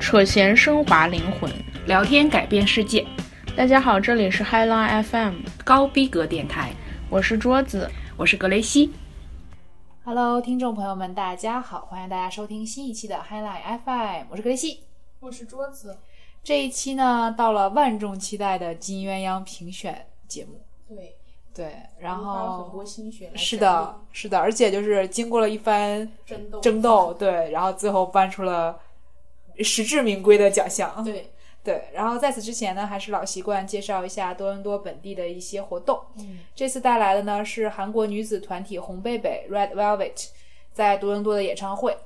扯闲升华灵魂。聊天改变世界，大家好，这里是 High Line FM，高逼格电台，我是桌子。我是格雷西。 Hello，听众朋友们，大家好，欢迎大家收听新一期的 Highline FM，我是格雷西。我是桌子。这一期呢，到了万众期待的金鸳鸯评选节目，对，对，然花了很多后心血来是整的，是的，而且就是经过了一番理争斗争斗，对，然后最后颁出了实至名归的奖项，对，对。然后在此之前呢，还是老习惯介绍一下多伦多本地的一些活动。嗯，这次带来的呢是韩国女子团体红贝贝 （Red Velvet） 在多伦多的演唱会，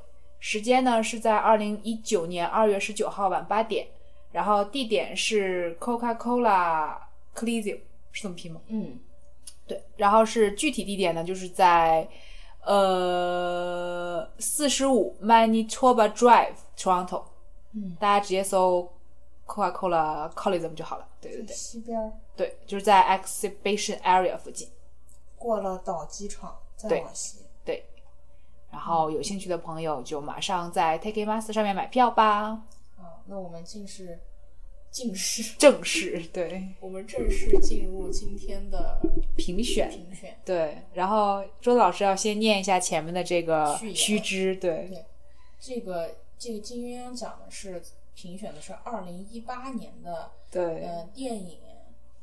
时间呢是在二零一九年二月十九号晚八点，然后地点是 Coca-Cola Coliseum，是这么拼吗？嗯，对，然后是具体地点呢，就是在呃四十五 Manitoba Drive Toronto，嗯，大家直接搜 Coca-Cola Coliseum 就好了。对对在对西边儿对，就是在 Exhibition Area 附近。过了岛机场，再对往西。对，然后有兴趣的朋友就马上在 Take a Master 上面买票吧，啊，那我们进是进士，正式对 我们正式进入今天的评选。评选。对，然后周子老师要先念一下前面的这个序言须知，对，对这个这个金鸳鸯奖呢是评选的是二零一八年的对，呃电影、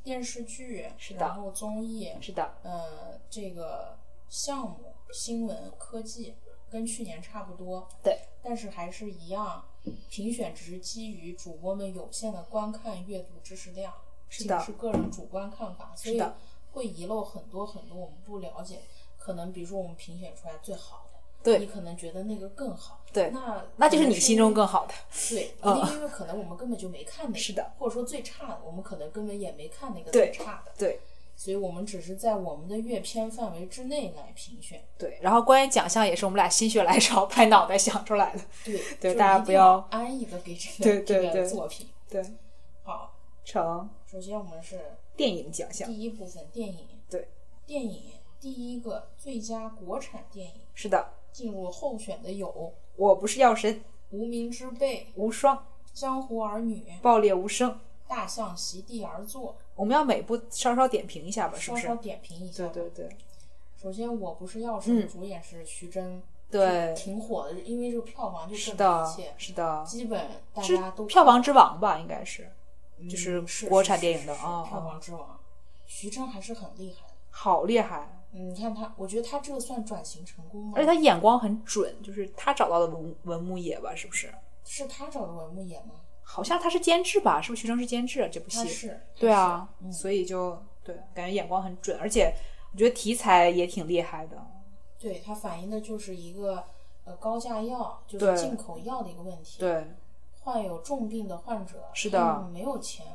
电视剧，是的然后综艺，是的，呃，这个项目、新闻、科技跟去年差不多，对，但是还是一样，评选只是基于主播们有限的观看、阅读知识量，是仅的是个人主观看法，所是以的会遗漏很多很多我们不了解，可能比如说我们评选出来最好的，对你可能觉得那个更好，对那那就是可能你心中因为更好的，对，嗯一定因为可能我们根本就没看那个，是的，或者说最差的，我们可能根本也没看那个对最差的，对所以我们只是在我们的阅片范围之内来评选。对。然后关于奖项也是我们俩心血来潮拍脑袋想出来的，对 对就大家一定不要安逸的给这个 对对这对个作品。对，好，成首先我们是电影奖项，第一部分电影，对，电影第一个最佳国产电影是的，进入候选的有《我不是药神，无名之辈》无双， 《江湖儿女》《爆裂无声。大象席地而坐我们要每部稍稍点评一下吧，》，是稍不是稍？点评一下对吧。对对首先，我不是药神，嗯主演是徐峥，对，挺火的，因为这个票房就是证的明一切，，是的，基本大是家都票房之王吧，应该是就嗯是是国是产是电影是的是啊票啊房之王，徐峥还是很厉害的。好厉害，嗯，你看他，我觉得他这个算转型成功吗？而且他眼光很准，就是他找到的文文牧野吧，是不是？是他找的文牧野吗？好像他是监制吧，是不是？徐峥是监制啊这部他戏，是，他对啊是，嗯所以就对，感觉眼光很准，而且我觉得题材也挺厉害的，对他反映的就是一个呃高价药，就对是进口药的一个问题。，对，患有重病的患者，是他的们没有钱，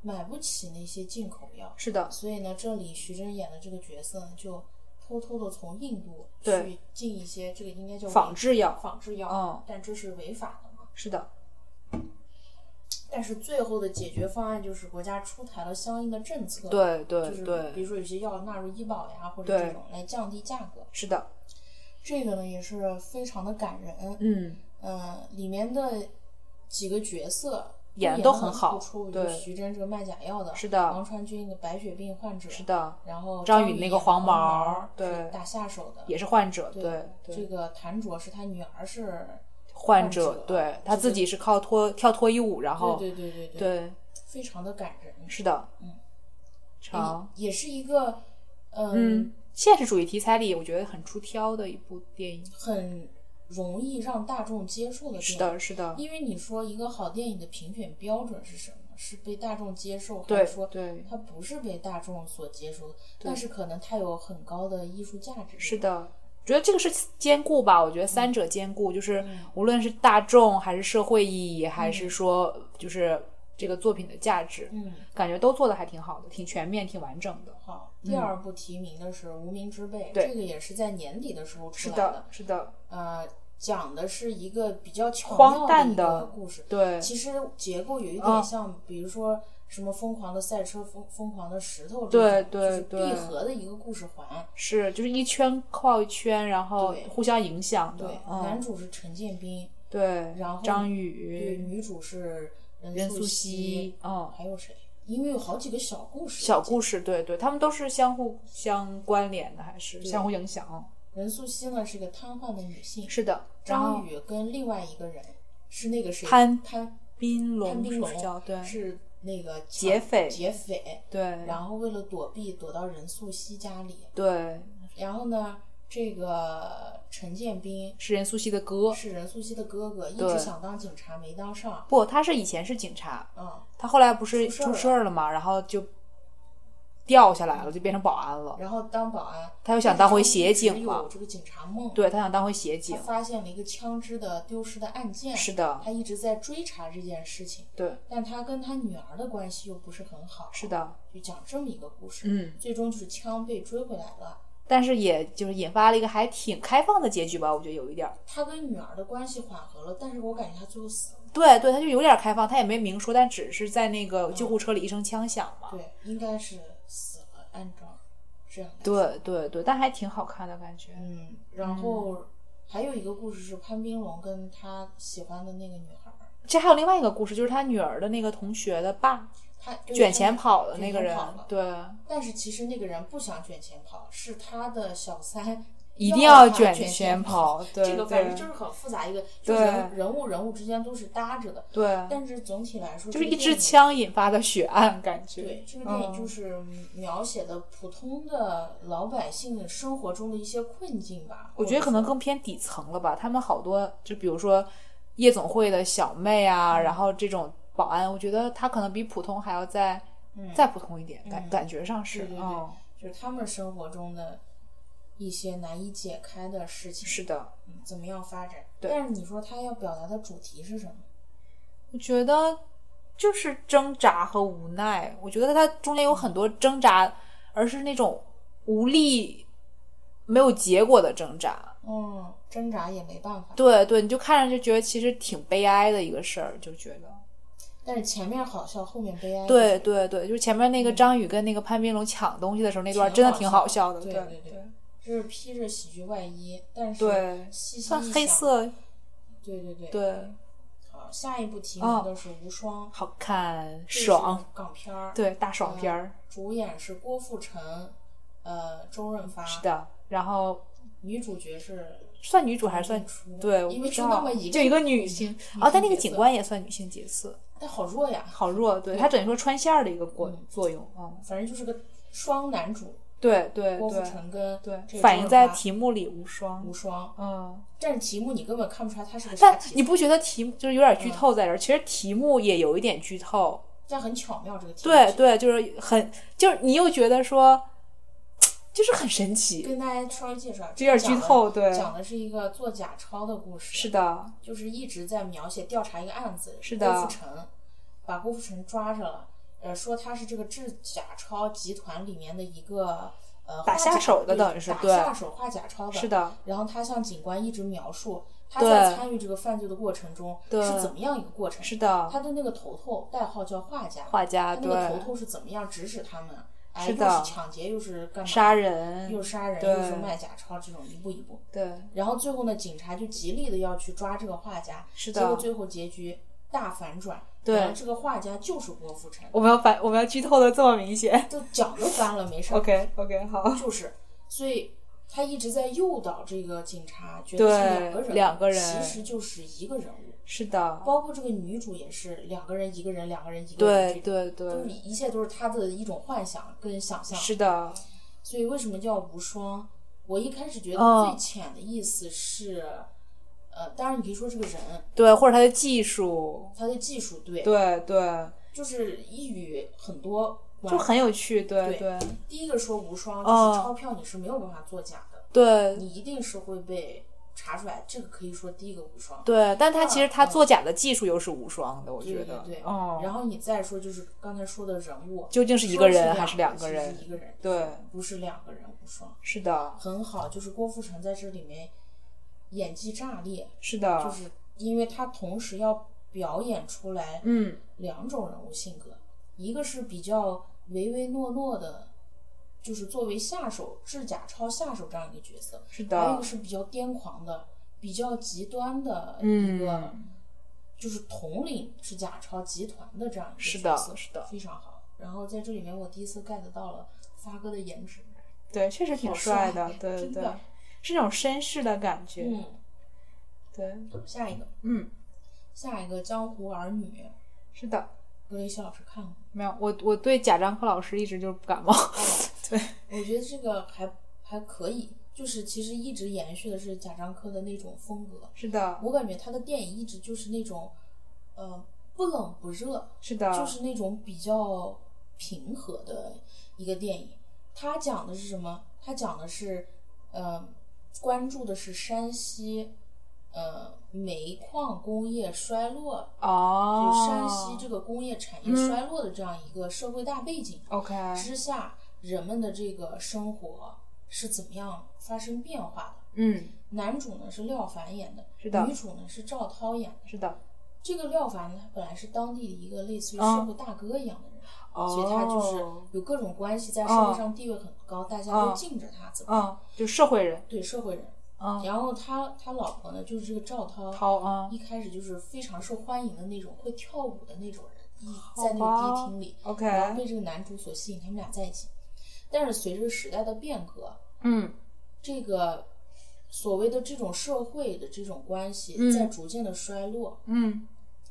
买不起那些进口药，是的，所以呢，这里徐峥演的这个角色呢，就偷偷的从印度对去进一些这个应该叫仿伪制药仿制药，嗯但这是违法的嘛。是的，但是最后的解决方案就是国家出台了相应的政策，，对对就是比对，如说有些药纳入医保呀，或者对这种来降低价格。是的，这个呢也是非常的感人，嗯，呃，里面的几个角色演得得都很很好突出，对就是徐峥这个卖假药的，是的王传君那个白血病患者，是，的，然后张宇宇那演个黄毛毛儿儿是对打下手的，也是患者，对对这对，个谭卓是他女儿是患者者，，对这他自个己是靠脱跳脱衣舞，然后对对对对，对，非常的感人，是的，嗯，长，也也是一个，嗯，嗯，现实主义题材里我觉得很出挑的一部电影。很容易让大众接受的电影。是的，是的，因为你说一个好电影的评选标准是什么？是被大众接受，还对是说对它不是被大众所接受的？但是可能它有很高的艺术价值。是的。觉得这个是兼顾吧，我觉得三者兼顾，就是嗯无论是大众还是社会意义，还是说就是这个作品的价值，嗯，感觉都做的还挺好的，挺全面、挺完整的。好。第二部提名的是《无名之辈》，嗯对这个也是在年底的时候是出来的，是的，呃，讲的是一个比较巧荒妙诞一个的故事。对，其实结构有一嗯点像，比如说什么《疯狂的赛车》《疯疯狂的石头》对这种，对就是对闭合的一个故事环。是就是一圈跨一圈，然后对互相影响的对，。男嗯，主是陈建斌，对，然后张对，宇、女主是嗯任任素汐汐，，嗯，还有谁？因为有好几个小故事，小故事，对对，他们都是相互相关联的，还是对相互影响？任素汐呢是个瘫痪的女性，是的，然后张宇跟另外一个人是那个谁潘潘宾潘龙斌是不是龙叫对是那个劫匪劫匪，对，然后为了躲避躲到任素汐家里，对然后呢这个陈建斌是任素汐的哥，是任素汐的哥哥，一对直想当警察没当上，不，他是以前是警察，嗯，他后来不是出事儿出了事儿了嘛，然后就掉下来了，就变成保安了。然后当保安，他又想当回协一直警有了，这个警察梦，对他想当回协他警，发现了一个枪支的丢失的案件，是的，他一直在追查这件事情，对，但他跟他女儿的关系又不是很好，是，的，就讲这么一个故事，嗯，最终就是枪被追回来了。但是也就是引发了一个还挺开放的结局吧，我觉得有一点儿，他跟女儿的关系缓和了，但是我感觉他最后死了。对对，他就有点儿开放，他也没明说，但只是在那个救护车里一声枪响嘛，对，应该是死了，按照这样来说。对对对，但还挺好看的感觉，嗯，然后还有一个故事是潘斌龙跟他喜欢的那个女孩儿，这还有另外一个故事，就是他女儿的那个同学的爸他对卷他钱跑的卷那个钱人跑了，对，但是其实那个人不想卷钱跑，是他的小三 一定要要他卷卷钱跑。跑，对这个反正就是是很复杂一个，就对人人物人物之间都是搭着的，对，但是总体来说就是这一个支电影。枪引发的血案，感觉对，这个电影嗯就是描写的普通的老百姓生活中的一些困境吧。我觉得可能更偏底层了吧。他们好多就比如说夜总会的小妹啊，嗯然后这种保安，我觉得他可能比普通还要再、嗯再普通一点，感、嗯感觉上是对对对嗯，就是他们生活中的一些难以解开的事情，是的。嗯怎么样发展？对但是你说他要表达的主题是什么？我觉得就是挣扎和无奈。我觉得它中间有很多挣扎，而是那种无力、没有结果的挣扎。嗯，挣扎也没办法。对对，你就看着就觉得其实挺悲哀的一个事儿，就觉得。但是前面好笑，后面悲哀。对，对对，就是前面那嗯个张宇跟那个潘斌龙抢东西的时候那段真的挺好笑的，对对对对就是披着喜剧外衣，但是对细细算一黑想。色，对对对。对，好，下一部题目的是《无双》好看这是爽，港片儿。对大爽片儿，主演是郭富城，呃，周润发，是的。然后女主角是算女主还是算郑？楚对，我因不为知就那道么一，个，就一个女性女哦，但那个角警色，官也算女性角色，但好弱呀，好弱，对她等于说穿线儿的一个作嗯作用，嗯，反正就是个双男主，对对郭富对城跟这对，个反映周润在发题目里无双无，双，嗯。但是题目你根本看不出来他是个啥但题目，你不觉得题目就是有点剧嗯透在这儿？其实题目也有一点剧透，但很巧妙这个题目，对对，就是很就是你又觉得说，就是很神奇，跟大家稍微介绍，有点讲剧的透，对，讲的是一个做假钞的故事，是，的，就是一直在描写调查一个案子，是的郭富城把郭富城抓着了，呃，说他是这个制假钞集团里面的一个呃打画下假手的对等于是打对下手画假钞的，是。的，然后他向警官一直描述他对在参与这个犯罪的过程中对是怎么样一个过程，是的，他的那个头头代号叫画家，画家他那个啊对头，头是怎么样指使他们，哎，是又的是抢劫又是干嘛，杀人又，杀人对又是卖假钞，这种一步一步。对，然后最后呢，警察就极力的要去抓这个画家，是结果的。最后结局大反转，对然后这个画家就是郭富城，我们要反，我们要剧透的这么明 显。就脚都翻了，没事儿 OK OK，好，就是，所以他一直在诱导这个警察，觉得对是两个人，两个人其实就是一个人物，是的，包括这个女主也是两个人，一个人，两个人，一个人，对，对对就是，一切都是他的一种幻想跟想象，是的，所以为什么叫无双？我一开始觉得嗯最浅的意思是，呃，当然你可以说这个人，对，或者他的技术，他的技术对，对对，就是一语很多关。就很有趣，对对第一个说无双，就哦是钞票你是没有办法作假的，对你一定是会被查出来。这个可以说第一个无双。对，但他其实他嗯作假的技术又是无双的，我对觉对得，对，哦，然后你再说就是刚才说的人物，究竟是一说个是人还是两个个其实人是一个人，对，不是两个人无双，是的，很好。就是郭富城在这里面演技炸裂，是的，就是因为他同时要表演出来嗯，两种人物性格，一个是比较唯唯诺诺的，就是作为下手制假钞下手这样一个角色，是还有一的个，是比较癫狂的，比较极端的一个，嗯，就是统领是假钞集团的这样一个是角的色，是的非常好。然后在这里面，我第一次 get 到了发哥的颜值，对，确实挺好帅哎的，帅对对真对的，是那种绅士的感觉，嗯，对，下一个，嗯，下一个《江湖儿女是的。》，格雷西老师看过，没有，我我对贾樟柯老师一直就是不感冒。我觉得这个还还可以，就是其实一直延续的是贾樟柯的那种风格，是的，我感觉他的电影一直就是那种，呃，不冷不热，是啊的，就是那种比较平和的一个电影。它讲的是什么？它讲的是，呃，关注的是山西，呃，煤矿工业衰落，哦，就山西这个工业产业嗯衰落的这样一个社会大背景 OK，之下，人们的这个生活是怎么样发生变化的？嗯，男主呢是廖凡演的，是的女主呢是赵涛演的。是的，这个廖凡呢，他本来是当地的一个类似于嗯社会大哥一样的人，哦，所以他就是有各种关系，在社会上地位很高，大家都敬着他，怎么、嗯，就社会人，对社会人？嗯，然后他他老婆呢，就是这个赵涛，涛啊一开始就是非常受欢迎的那种，会跳舞的那种人，一好在那个迪吧厅里， ，OK，然后被这个男主所吸引，他们俩在一起。但是随着时代的变革，嗯，这个所谓的这种社会的这种关系嗯在逐渐的衰落，嗯，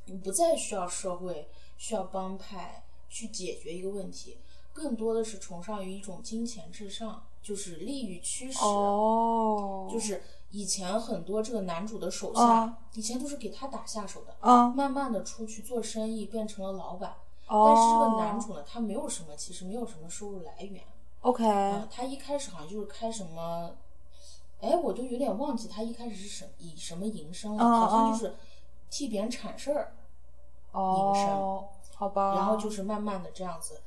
你不再需要社会、需要帮派去解决一个问题，更多的是崇尚于一种金钱至上，就是利欲驱使。哦，就，是以前很多这个男主的手下，啊以前都是给他打下手的，嗯，慢慢的出去做生意变成了老板。但是这哦，个男主呢，他没有什么，其实没有什么收入来源。 ，OK，啊，他一开始好像就是开什么，哎，我都有点忘记他一开始是什以什么营生了，嗯好像嗯就是替别人铲事儿。哦，好吧，然后就是慢慢的这样子，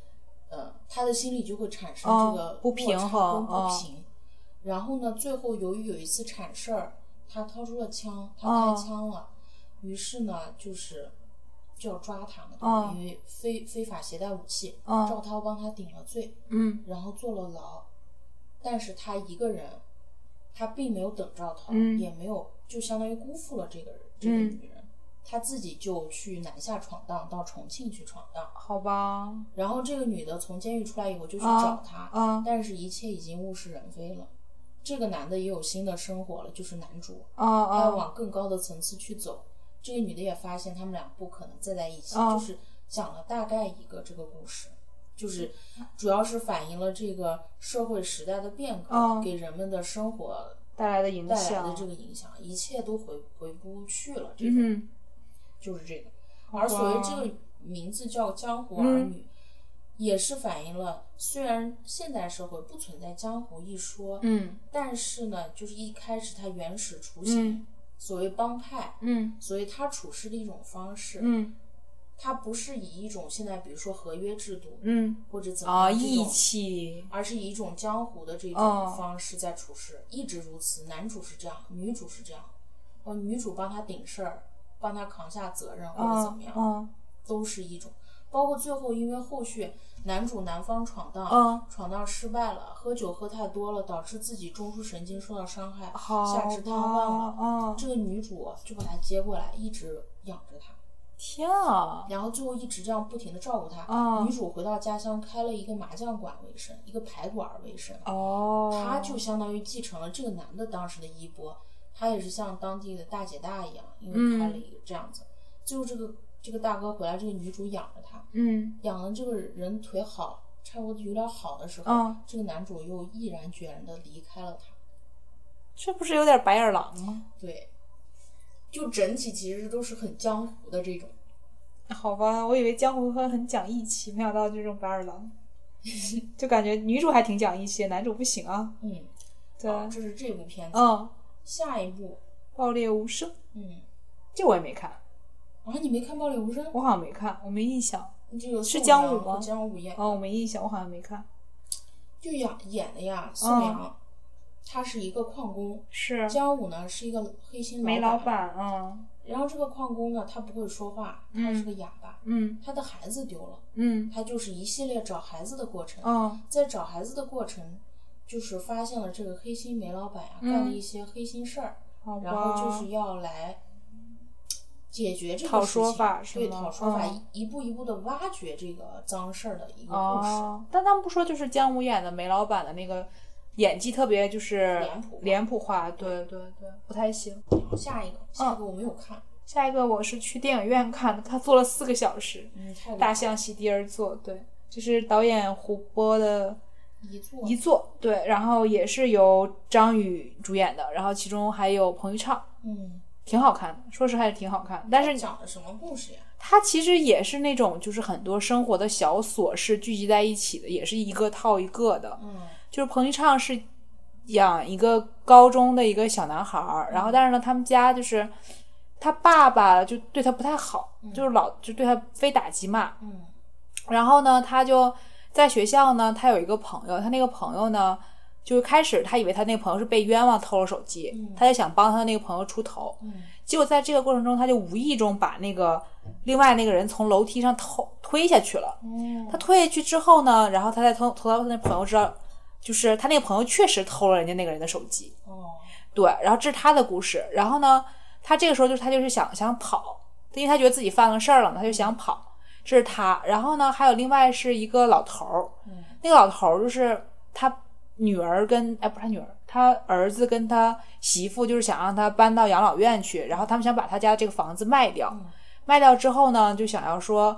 呃，他的心里就会产生这个哦不落平差衡跟哦不平。然后呢，最后由于有一次产事儿，他掏出了枪，他哦开枪了，于是呢就是就要抓他嘛，对哦吧？因为非非法携带武器，哦赵涛帮他顶了罪，嗯，然后坐了牢，但是他一个人，他并没有等赵涛，嗯也没有就相当于辜负了这个人这个嗯女人。他自己就去南下闯荡，到重庆去闯荡，好吧，然后这个女的从监狱出来以后就去啊找他，嗯，但是一切已经物是人非了。这个男的也有新的生活了，就是男主，啊他要啊，往更高的层次去走。这个女的也发现他们俩不可能再在一起，啊就是讲了大概一个这个故事，就是主要是反映了这个社会时代的变革、啊给人们的生活带来的影带来响，的这个影响，一切都回回不去了。这种、嗯就是这个。哼，而所谓哇嗯这个名字叫《江湖儿女》，也是反映了虽然现代社会不存在江湖一说，嗯但是呢，就是一开始它原始雏形，嗯所谓帮派，嗯所谓它处事的一种方式，嗯它不是以一种现在比如说合约制度、嗯，或者怎么啊，样这义种。气，而是以一种江湖的这种哦方式在处事，一直如此。男主是这样，女主是这样，呃，女主帮他顶事儿，帮他扛下责任或者怎啊么样，啊都是一种。包括最后，因为后续男主男方闯荡，啊，闯荡失败了，喝酒喝太多了，导致自己中枢神经受到伤害，好下肢吧，瘫痪了。啊，这个女主就把他接过来，一直养着他，天啊，然后最后一直这样不停的照顾他。啊女主回到家乡开了一个麻将馆为生，一个牌馆为生，哦，她就相当于继承了这个男的当时的衣钵，她也是像当地的大姐大一样，因为嗯开了一个这样子。最后这个这个大哥回来，这个女主养着他，嗯养了这个人腿好，差不多有点好的时候，啊，这个男主又毅然决然的离开了他。这不是有点白眼狼吗？对，就整体其实都是很江湖的这种，好吧，我以为江湖很很讲义气，没想到这种白眼 狼，就感觉女主还挺讲义气，男主不行啊。嗯，对，好这是这部片子。嗯，下一部，爆裂无声，嗯，这我也没看，啊，你没看《暴力无声》？我好像没看，我没印象。这个是宋姜阳武吗和姜武演，哦，我没印象，我好像没看。就演演的呀，宋嗯阳，他是一个矿工，是姜武呢是一个黑心煤老老板，嗯然后这个矿工呢，他不会说话，他嗯是个哑巴，嗯他的孩子丢了，嗯他就是一系列找孩子的过程。嗯在找孩子的过程，就是发现了这个黑心煤老板呀、嗯干了一些黑心事儿，好吧然后就是要来解决这个讨事说情法是对吗讨说法，嗯一一步一步的挖掘这个脏事儿的一个故事。哦，但他们不说就是姜武演的梅老板的那个演技特别就是脸谱化脸谱化，对对对，不太行。下一个，下嗯一个我没有看，下一个我是去电影院看的，他坐了四个小时，嗯，太大象席地而坐，对，这是导演胡波的一座遗作，对，然后也是由张宇主演的，然后其中还有彭昱畅，嗯，挺好看的，说实话是挺好看，但是讲的什么故事呀？它其实也是那种就是很多生活的小琐事聚集在一起的，也是一个套一个的，嗯就是彭昱畅是养一个高中的一个小男孩儿，然后但是呢，他们家就是他爸爸就对他不太好，就是老就对他非打即骂，嗯然后呢，他就在学校呢，他有一个朋友，他那个朋友呢，就是开始他以为他那个朋友是被冤枉偷了手机，嗯他就想帮他那个朋友出头，嗯结果在这个过程中，他就无意中把那个另外那个人从楼梯上偷推下去了。嗯他推下去之后呢，然后他才偷偷到他那朋友知道，就是他那个朋友确实偷了人家那个人的手机，哦对，然后这是他的故事。然后呢，他这个时候就是他就是想想跑，因为他觉得自己犯了事儿了嘛，他就想跑。这是他。然后呢，还有另外是一个老头儿，嗯那个老头儿就是他女儿跟哎不是他女儿，他儿子跟他媳妇就是想让他搬到养老院去，然后他们想把他家这个房子卖掉。嗯卖掉之后呢，就想要说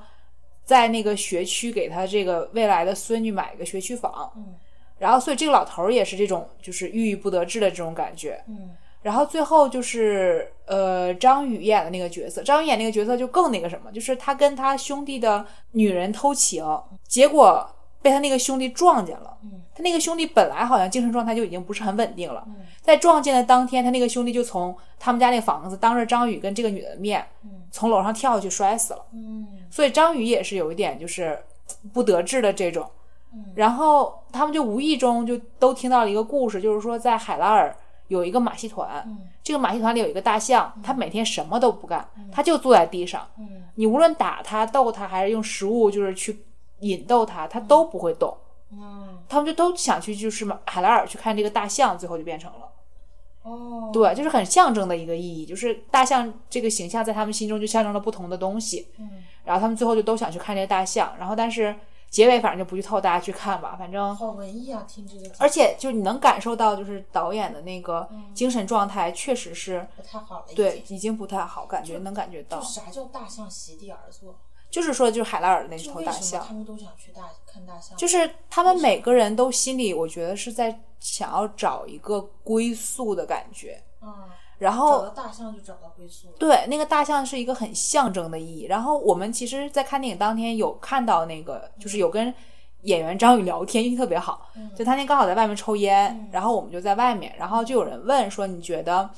在那个学区给他这个未来的孙女买一个学区房。嗯然后，所以这个老头儿也是这种就是郁郁不得志的这种感觉。嗯然后最后就是呃，张宇演的那个角色，张宇演那个角色就更那个什么，就是他跟他兄弟的女人偷情，结果被他那个兄弟撞见了。嗯他那个兄弟本来好像精神状态就已经不是很稳定了，嗯在撞见的当天，他那个兄弟就从他们家那房子当着张宇跟这个女的面嗯从楼上跳下去摔死了。嗯所以张宇也是有一点就是嘖不得志的这种。嗯然后他们就无意中就都听到了一个故事，就是说在海拉尔有一个马戏团，嗯这个马戏团里有一个大象，它每天什么都不干嗯，它就坐在地上。嗯你无论打它、逗它，还是用食物就是去引逗它，它都不会动。嗯他们就都想去就是马海拉尔去看这个大象，最后就变成了哦，对，就是很象征的一个意义，就是大象这个形象在他们心中就象征了不同的东西。嗯，然后他们最后就都想去看这个大象，然后但是结尾反正就不剧透，大家去看吧，反正。好文艺啊，听这个而且就你能感受到，就是导演的那个精神状态确实是不太好了，对，，已经不太好，感觉能感觉到嗯就，啥叫大象席地而坐？就是说，就是海拉尔的那就头为大什么他象，们都想去大看大象？就是是他们每个人都心里，我觉得是在想要找一个归宿的感觉。嗯，然找到后，大象就找到归宿了。哦对那个大象是一个很象征的意义。然后我们其实，在看电影当天有看到那个，就是有跟演员张宇聊天，运气特别好。嗯就他那天刚好在外面抽烟，嗯然后我们就在外面，然后就有人问说：“你觉得，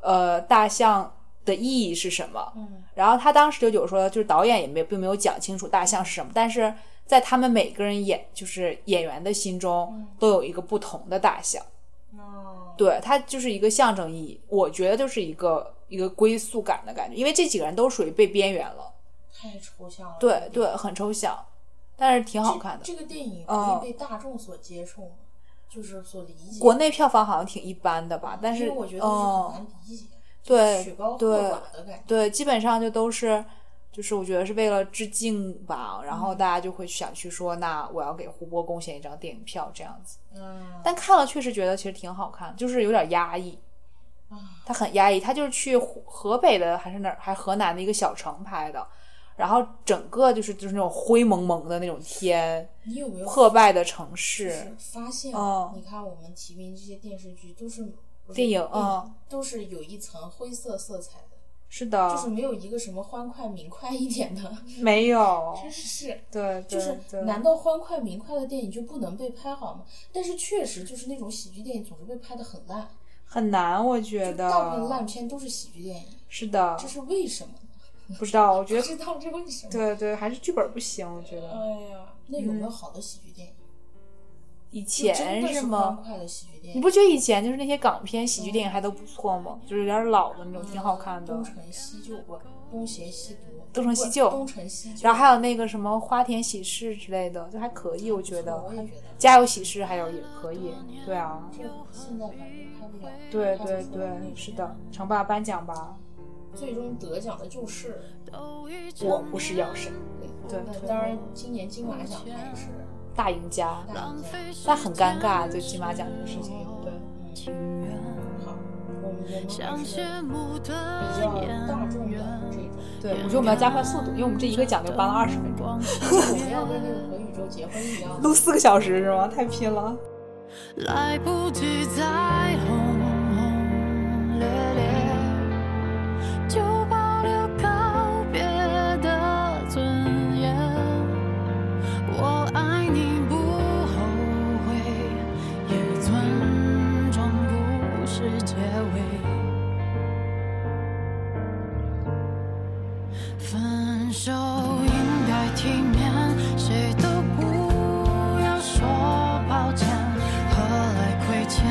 呃，大象的意义是什么？”嗯然后他当时就有说，就是导演也没并没有讲清楚大象是什么，但是在他们每个人演就是演员的心中嗯都有一个不同的大象，哦，对它就是一个象征意义，我觉得就是一个一个归宿感的感觉，因为这几个人都属于被边缘了，太抽象了。对对，很抽象，但是挺这好看的。这个电影嗯可以被大众所接受吗？就是所理解。国内票房好像挺一般的吧，但因是为我觉得就是很嗯，难理解，对曲高和对寡的感觉。对，基本上就都是。就是我觉得是为了致敬吧，然后大家就会想去说，那我要给胡波贡献一张电影票这样子。嗯，但看了确实觉得其实挺好看，就是有点压抑啊。他很压抑，他就是去湖河北的还是哪儿，还河南的一个小城拍的，然后整个就是就是那种灰蒙蒙的那种天，你有没有破败的城就是市，发现嗯？你看我们提名这些电视剧都是不是电影嗯嗯，都是有一层灰色色彩的，是的，就是没有一个什么欢快明快一点的，没有，真是。对，就对是哦对难道欢快明快的电影就不能被拍好吗？但是确实就是那种喜剧电影总是被拍的很烂，很难，我就觉大部分烂得片都是喜剧电影，是的这，是为什么呢？不知道，我觉不得知道这为什么。对呃对，还是剧本不行，我觉得哎呀，那有没有好的喜剧电影？以就真前的是欢吗？快的喜剧电你影，不觉得以前就是那些港片喜剧电影还都不错吗？嗯就是有点老的那种，挺好看的东。成西就不，东邪西毒，东成西就不东成西就。然后还有那个什么花田喜事之类的，就还可以，我觉得我。也觉得家有喜事还有也可以，对啊，这现在反正拍不了，对拍不对出来对，是的，成爸颁奖吧，最终得奖的就是我不是药神，对那对当然今年金马奖他也是大赢家，大赢家。但很尴尬，就金马奖这个事情，对，嗯好，我们人还是比较大众的这种。对，我觉得我们要加快速度，因为我们这一个奖就颁了二十分钟，我们要跟那个《何宇宙》结婚一样。录四个小时是吗？太拼了。来不及再轰轰烈烈，就保留告别的尊严。我爱你不后悔，也尊重故事结尾。分手应该体面，谁都不要说抱歉，何来亏欠？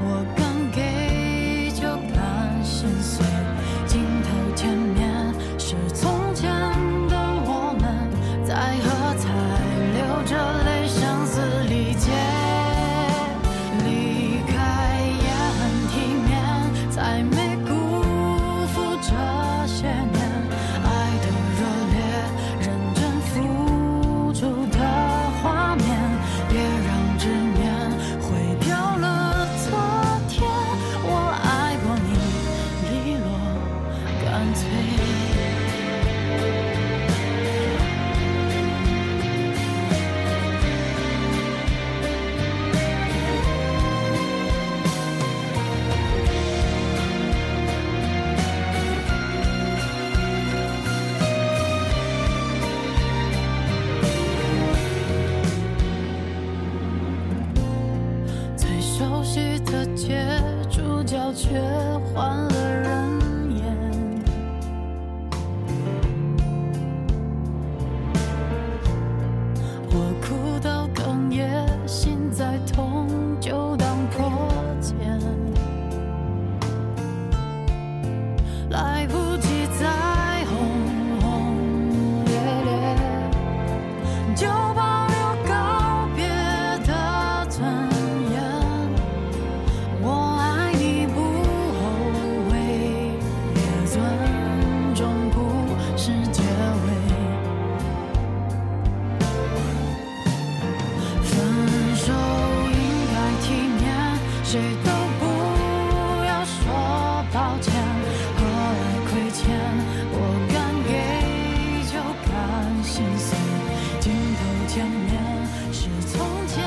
我敢给就敢心碎，镜头前面是从前的我们，在喝彩，流着泪，声嘶力竭。离开也很体面，才没辜负这些年爱的热烈，认真付出的画面。别让执念毁掉了昨天，我爱过你，利落干脆。最熟悉的街，主角却换了人演。我哭到哽咽，心再痛就当破茧。来不及再轰轰烈烈，就保留告别的尊严。我爱你不后悔，也尊重故事结尾。分手应该体面，谁都不要说抱歉，何来亏欠？我敢给就敢心碎，镜头前面是从前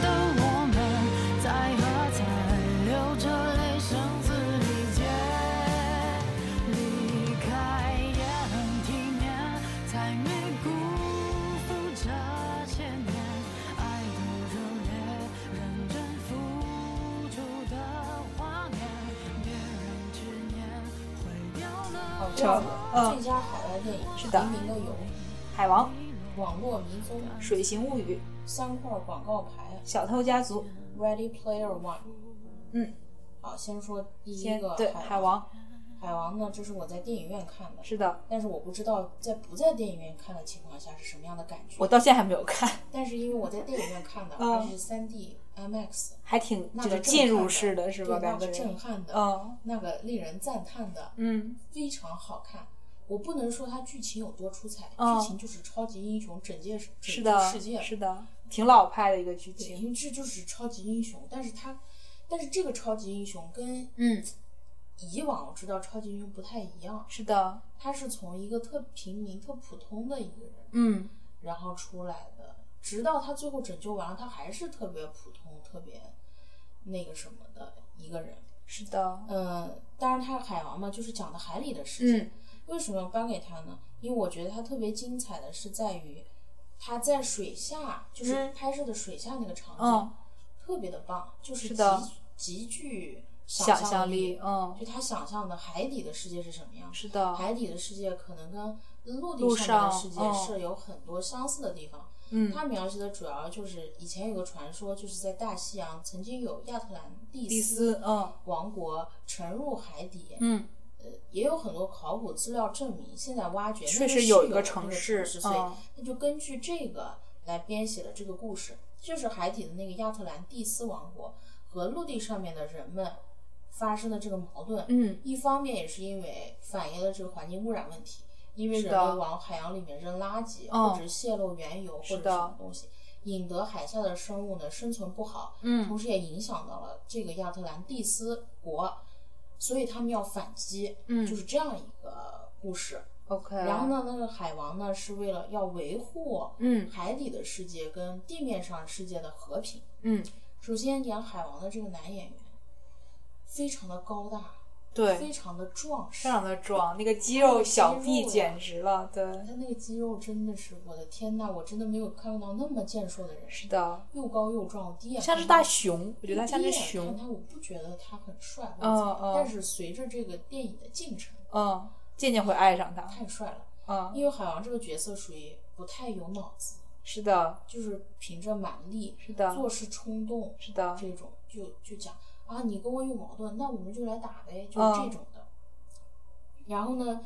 的我们，在喝彩，流着泪，声嘶力竭，离开也很体面，才没辜负这些年。爱的热烈，认真付出的画面，别让执念毁掉了。这样的嗯最佳海外电影是的提名的有海王、 《网络迷踪》《水形物语、三块广告牌小偷家族，》 《Ready Player One》。嗯，好，先说第一先个对海海王，海王呢，这是我在电影院看的，是的，但是我不知道在不在电影院看的情况下是什么样的感觉。我到现在还没有看，但是因为我在电影院看的，嗯它是三 D IMAX，还挺那这个个震撼进入的式的是吧？对，感那个震觉，撼的，嗯那个令人赞叹的，嗯，非常好看。我不能说它剧情有多出彩，嗯剧情就是超级英雄拯救拯是救的，世界，是的，挺老派的一个剧对，情，因为这就是超级英雄。但是它，但是这个超级英雄跟嗯，以往我知道超级英雄不太一样，是的，他是从一个特平民、特普通的一个人，嗯，然后出来的，直到他最后拯救完了，他还是特别普通、特别那个什么的一个人。是的，呃，当然他海王嘛，就是讲的海里的事情。嗯，为什么要颁给他呢？因为我觉得他特别精彩的是在于他在水下，就是嗯拍摄的水下那个场景、嗯，特别的棒，就是是极的极具想象象力，嗯，就他想象的海底的世界是什么样？是的，海底的世界可能跟陆陆地上上面的世界嗯是有很多相似的地方，嗯它描写的主要就是以前有个传说，就是在大西洋曾经有亚特兰蒂蒂斯斯，嗯王国沉入海底，嗯呃，也有很多考古资料证明，现在挖掘确那实是有有一个城市市，所以嗯那就根据这个来编写了这个故事，就是海底的那个亚特兰蒂斯王国和陆地上面的人们发生的这个矛盾。嗯，一方面也是因为反映了这个环境污染问题，因为是人的们往海洋里面扔垃圾，嗯或者是泄漏原油或是者的什么东西，引得海下的生物呢生存不好，嗯同时也影响到了这个亚特兰蒂斯国，所以他们要反击，嗯就是这样一个故事。 OK。然后？呢，那个海王呢是为了要维护嗯海底的世界跟地面上世界的和平。嗯，首先演海王的这个男演员非常的高大，对，非常的壮实非，常的壮，那个肌肉小臂简直了，对，他那个肌肉真的是，我的天呐，我真的没有看到那么健硕的人，是的，又高又壮，我第一眼像是看大他熊，我觉得他像第一是眼看熊，他我不觉得他很帅，嗯我嗯但是随着这个电影的进程，嗯，渐渐会爱上他，太帅了。嗯，因为海王这个角色属于不太有脑子，是的，就是凭着蛮力，是的做事冲动，是的这种就就讲啊，你跟我有矛盾，那我们就来打呗，就是嗯这种的。然后呢，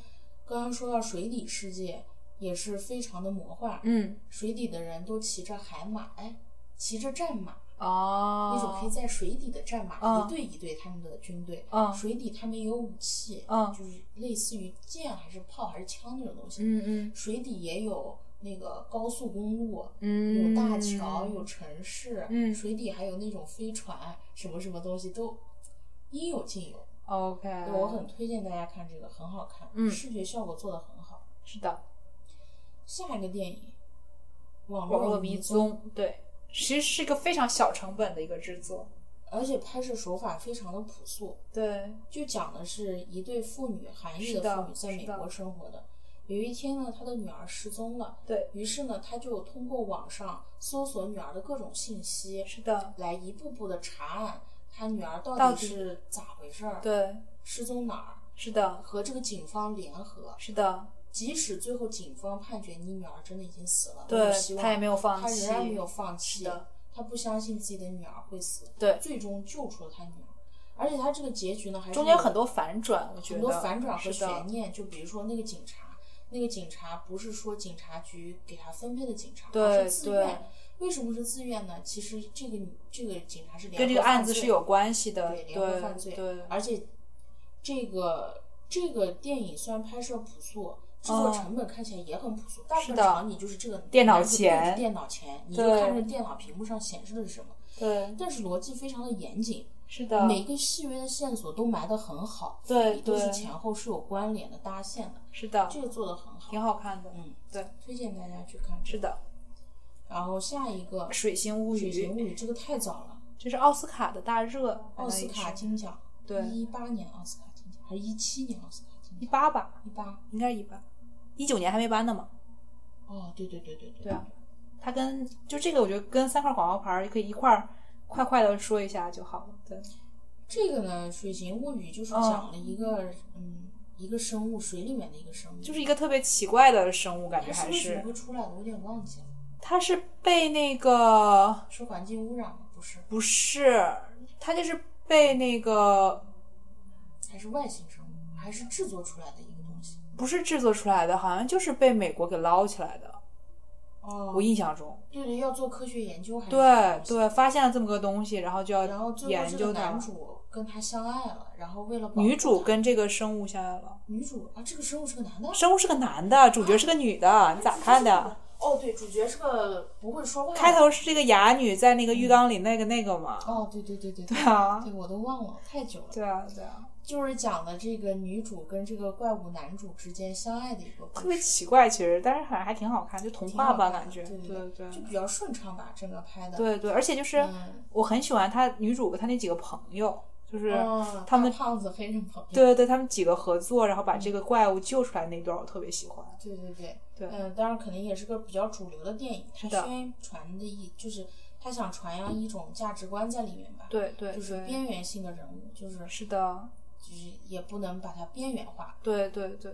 刚刚说到水底世界也是非常的魔幻，嗯，水底的人都骑着海马，哎，骑着战马，哦，那种可以在水底的战马，嗯一队一队他们的军队，嗯水底他们也有武器，嗯就是类似于剑还是炮还是枪那种东西，嗯嗯水底也有那个高速公路，嗯有大桥，有城市，嗯水底还有那种飞船，什么什么东西都应有尽有。 ，OK，对我很推荐大家看这个，很好看，嗯视觉效果做得很好。是的，下一个电影《网网络络迷迷踪，对，其实是一个非常小成本的一个制作，而且拍摄手法非常的朴素，对，就讲的是一对妇女，韩裔是的的妇女在美是的国生活的。有一天呢，她的女儿失踪了，对，于是呢，她就通过网上搜索女儿的各种信息，是的，来一步步的查案，她女儿到到底底是咋回事儿，，对，失踪哪儿，是的，和这个警方联合。是的，即使最后警方判决你女儿真的已经死了，对有希望她也没有放她弃仍然没有放是弃的，她不相信自己的女儿会死，对最终救出了她女儿。而且她这个结局呢，还是中间有很多反转，我觉很得多反转和是的悬念，就比如说那个警察，那个警察不是说警察局给他分配的警察，对而是自对愿。为什么是自愿呢？其实这个女这个警察是联跟这合个案犯子罪是有关系的，对对联合犯罪，对，而且这个这个电影虽然拍摄朴素。制作成本看起来也很朴素，大嗯部是分的场景就是这个电脑男主对着前电脑前，你就对看着电脑屏幕上显示的是什么，对，但是逻辑非常的严谨，是的，每个细微的线索都埋得很好，对都对是前后是有关联的搭线的，是的，这个做的很好，挺好看的，嗯，对，推荐大家去看。是的，然后下一个《 《水星物水语形物》语》这个太早了，这是奥斯卡的大热，奥斯卡金奖，对一八年奥斯卡金奖还是一七年奥斯卡金一奖？八吧，一八，应该是一八，一九年还没颁呢嘛，哦，对对对对对对啊，它跟就这个我觉得跟三块广告牌儿可以一块儿快快的说一下就好了，对，这个呢，《水形物语》哦就是讲了一个嗯一个生物，水里面的一个生物，就是一个特别奇怪的生物，感觉它是还为什么是会出来的，我有点忘记了，它是被那个是环境污染吗？不是，不是，它就是被那个还是外星生物，还是制作出来的一个东西？不是制作出来的，好像就是被美国给捞起来的。哦我印象中，对对，要做科学研究还是对什么东西对，发现了这么个东西，然后就嗯然后要最后研这究个它男。主跟他相爱了，然后为了保护女主他跟这个生物相爱了，女主啊，这个生物是个男的，生物是个男的，主角是个女的，你咋看的？？哦，对，主角是个不会说话的。开头是这个哑女在那个浴缸里那个那个嘛，哦，对对对对对对啊对，，我都忘了，太久了。对啊，对啊，就是讲的这个女主跟这个怪物男主之间相爱的一个特故别事，奇怪，其实，但是好像还挺好看，就童挺话好吧看的感觉，对对对，就比较顺畅吧，整个拍的。对对，而且就是嗯我很喜欢她女主和她那几个朋友，就是哦，他们大胖子黑人朋友。对对对，他们几个合作，然后把这个怪物救出来那段，我特别喜欢。对对对，对嗯，当然肯定也是个比较主流的电影，它是的宣传的一就是它想传扬一种价值观在里面吧，，对对就是边缘性的人物，就是是的，就是也不能把它边缘化。对对对，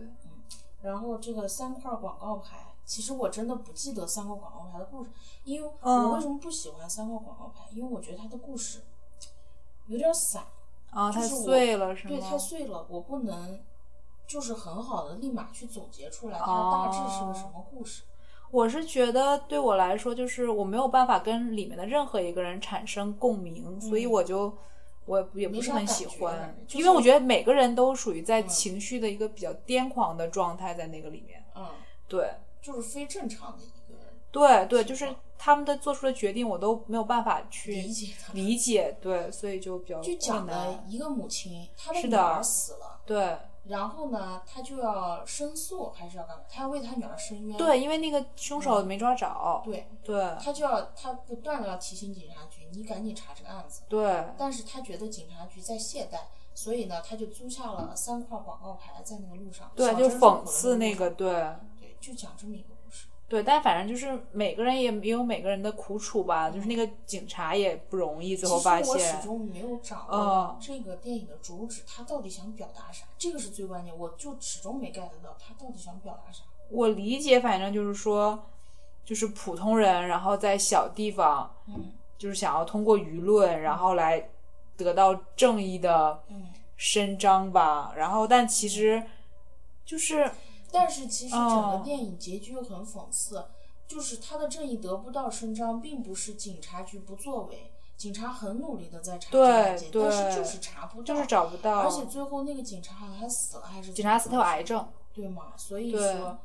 然后这个三块广告牌其实我真的不记得三个广告牌的故事，因为嗯我为什么不喜欢三个广告牌？因为我觉得它的故事有点散，啊，就太是我碎了是吗？对，太碎了，我不能就是很好的立马去总结出来它大致是哦个什么故事。我是觉得对我来说，就是我没有办法跟里面的任何一个人产生共鸣，所以我就我也不是很喜嗯没啥感欢觉，就是因为我觉得每个人都属于在嗯情绪的一个比较癫狂的状态在那个里面。嗯，对就是非正常的一个人对对，就是是吗他们的做出的决定，我都没有办法去理解他。理解对，所以就比较就讲困的难。一个母亲，她是女的儿死了，对然后呢，她就要申诉还是要干嘛？她要为她女儿申冤。对，因为那个凶手嗯没抓着。对，对她就要她不断的要提醒警察局，你赶紧查这个案子。对但是她觉得警察局在懈怠，所以呢，她就租下了三块广告牌在那个路上，对，小就镇讽路口的刺那个路对。上，对，就讲这么一个故事。对，但反正就是每个人也也有每个人的苦楚吧，就是那个警察也不容易，其最实后发现我始，终没有掌握嗯这个电影的主旨，它到底想表达啥？这个是最关键，我就始终没 get 到它到底想表达啥。我理解，反正就是说，就是普通人，然后在小地方，嗯就是想要通过舆论，然后来得到正义的嗯。伸张吧。然后，但其实就是但是其实整个哦电影结局又很讽刺，就是他的正义得不到伸张，并不是警察局不作为，警察很努力的在查这个案件，对但是对就是查不到，就是找不到，而且最后那个警察好像还死了，还是警察死，他有癌症，对吗？所以对说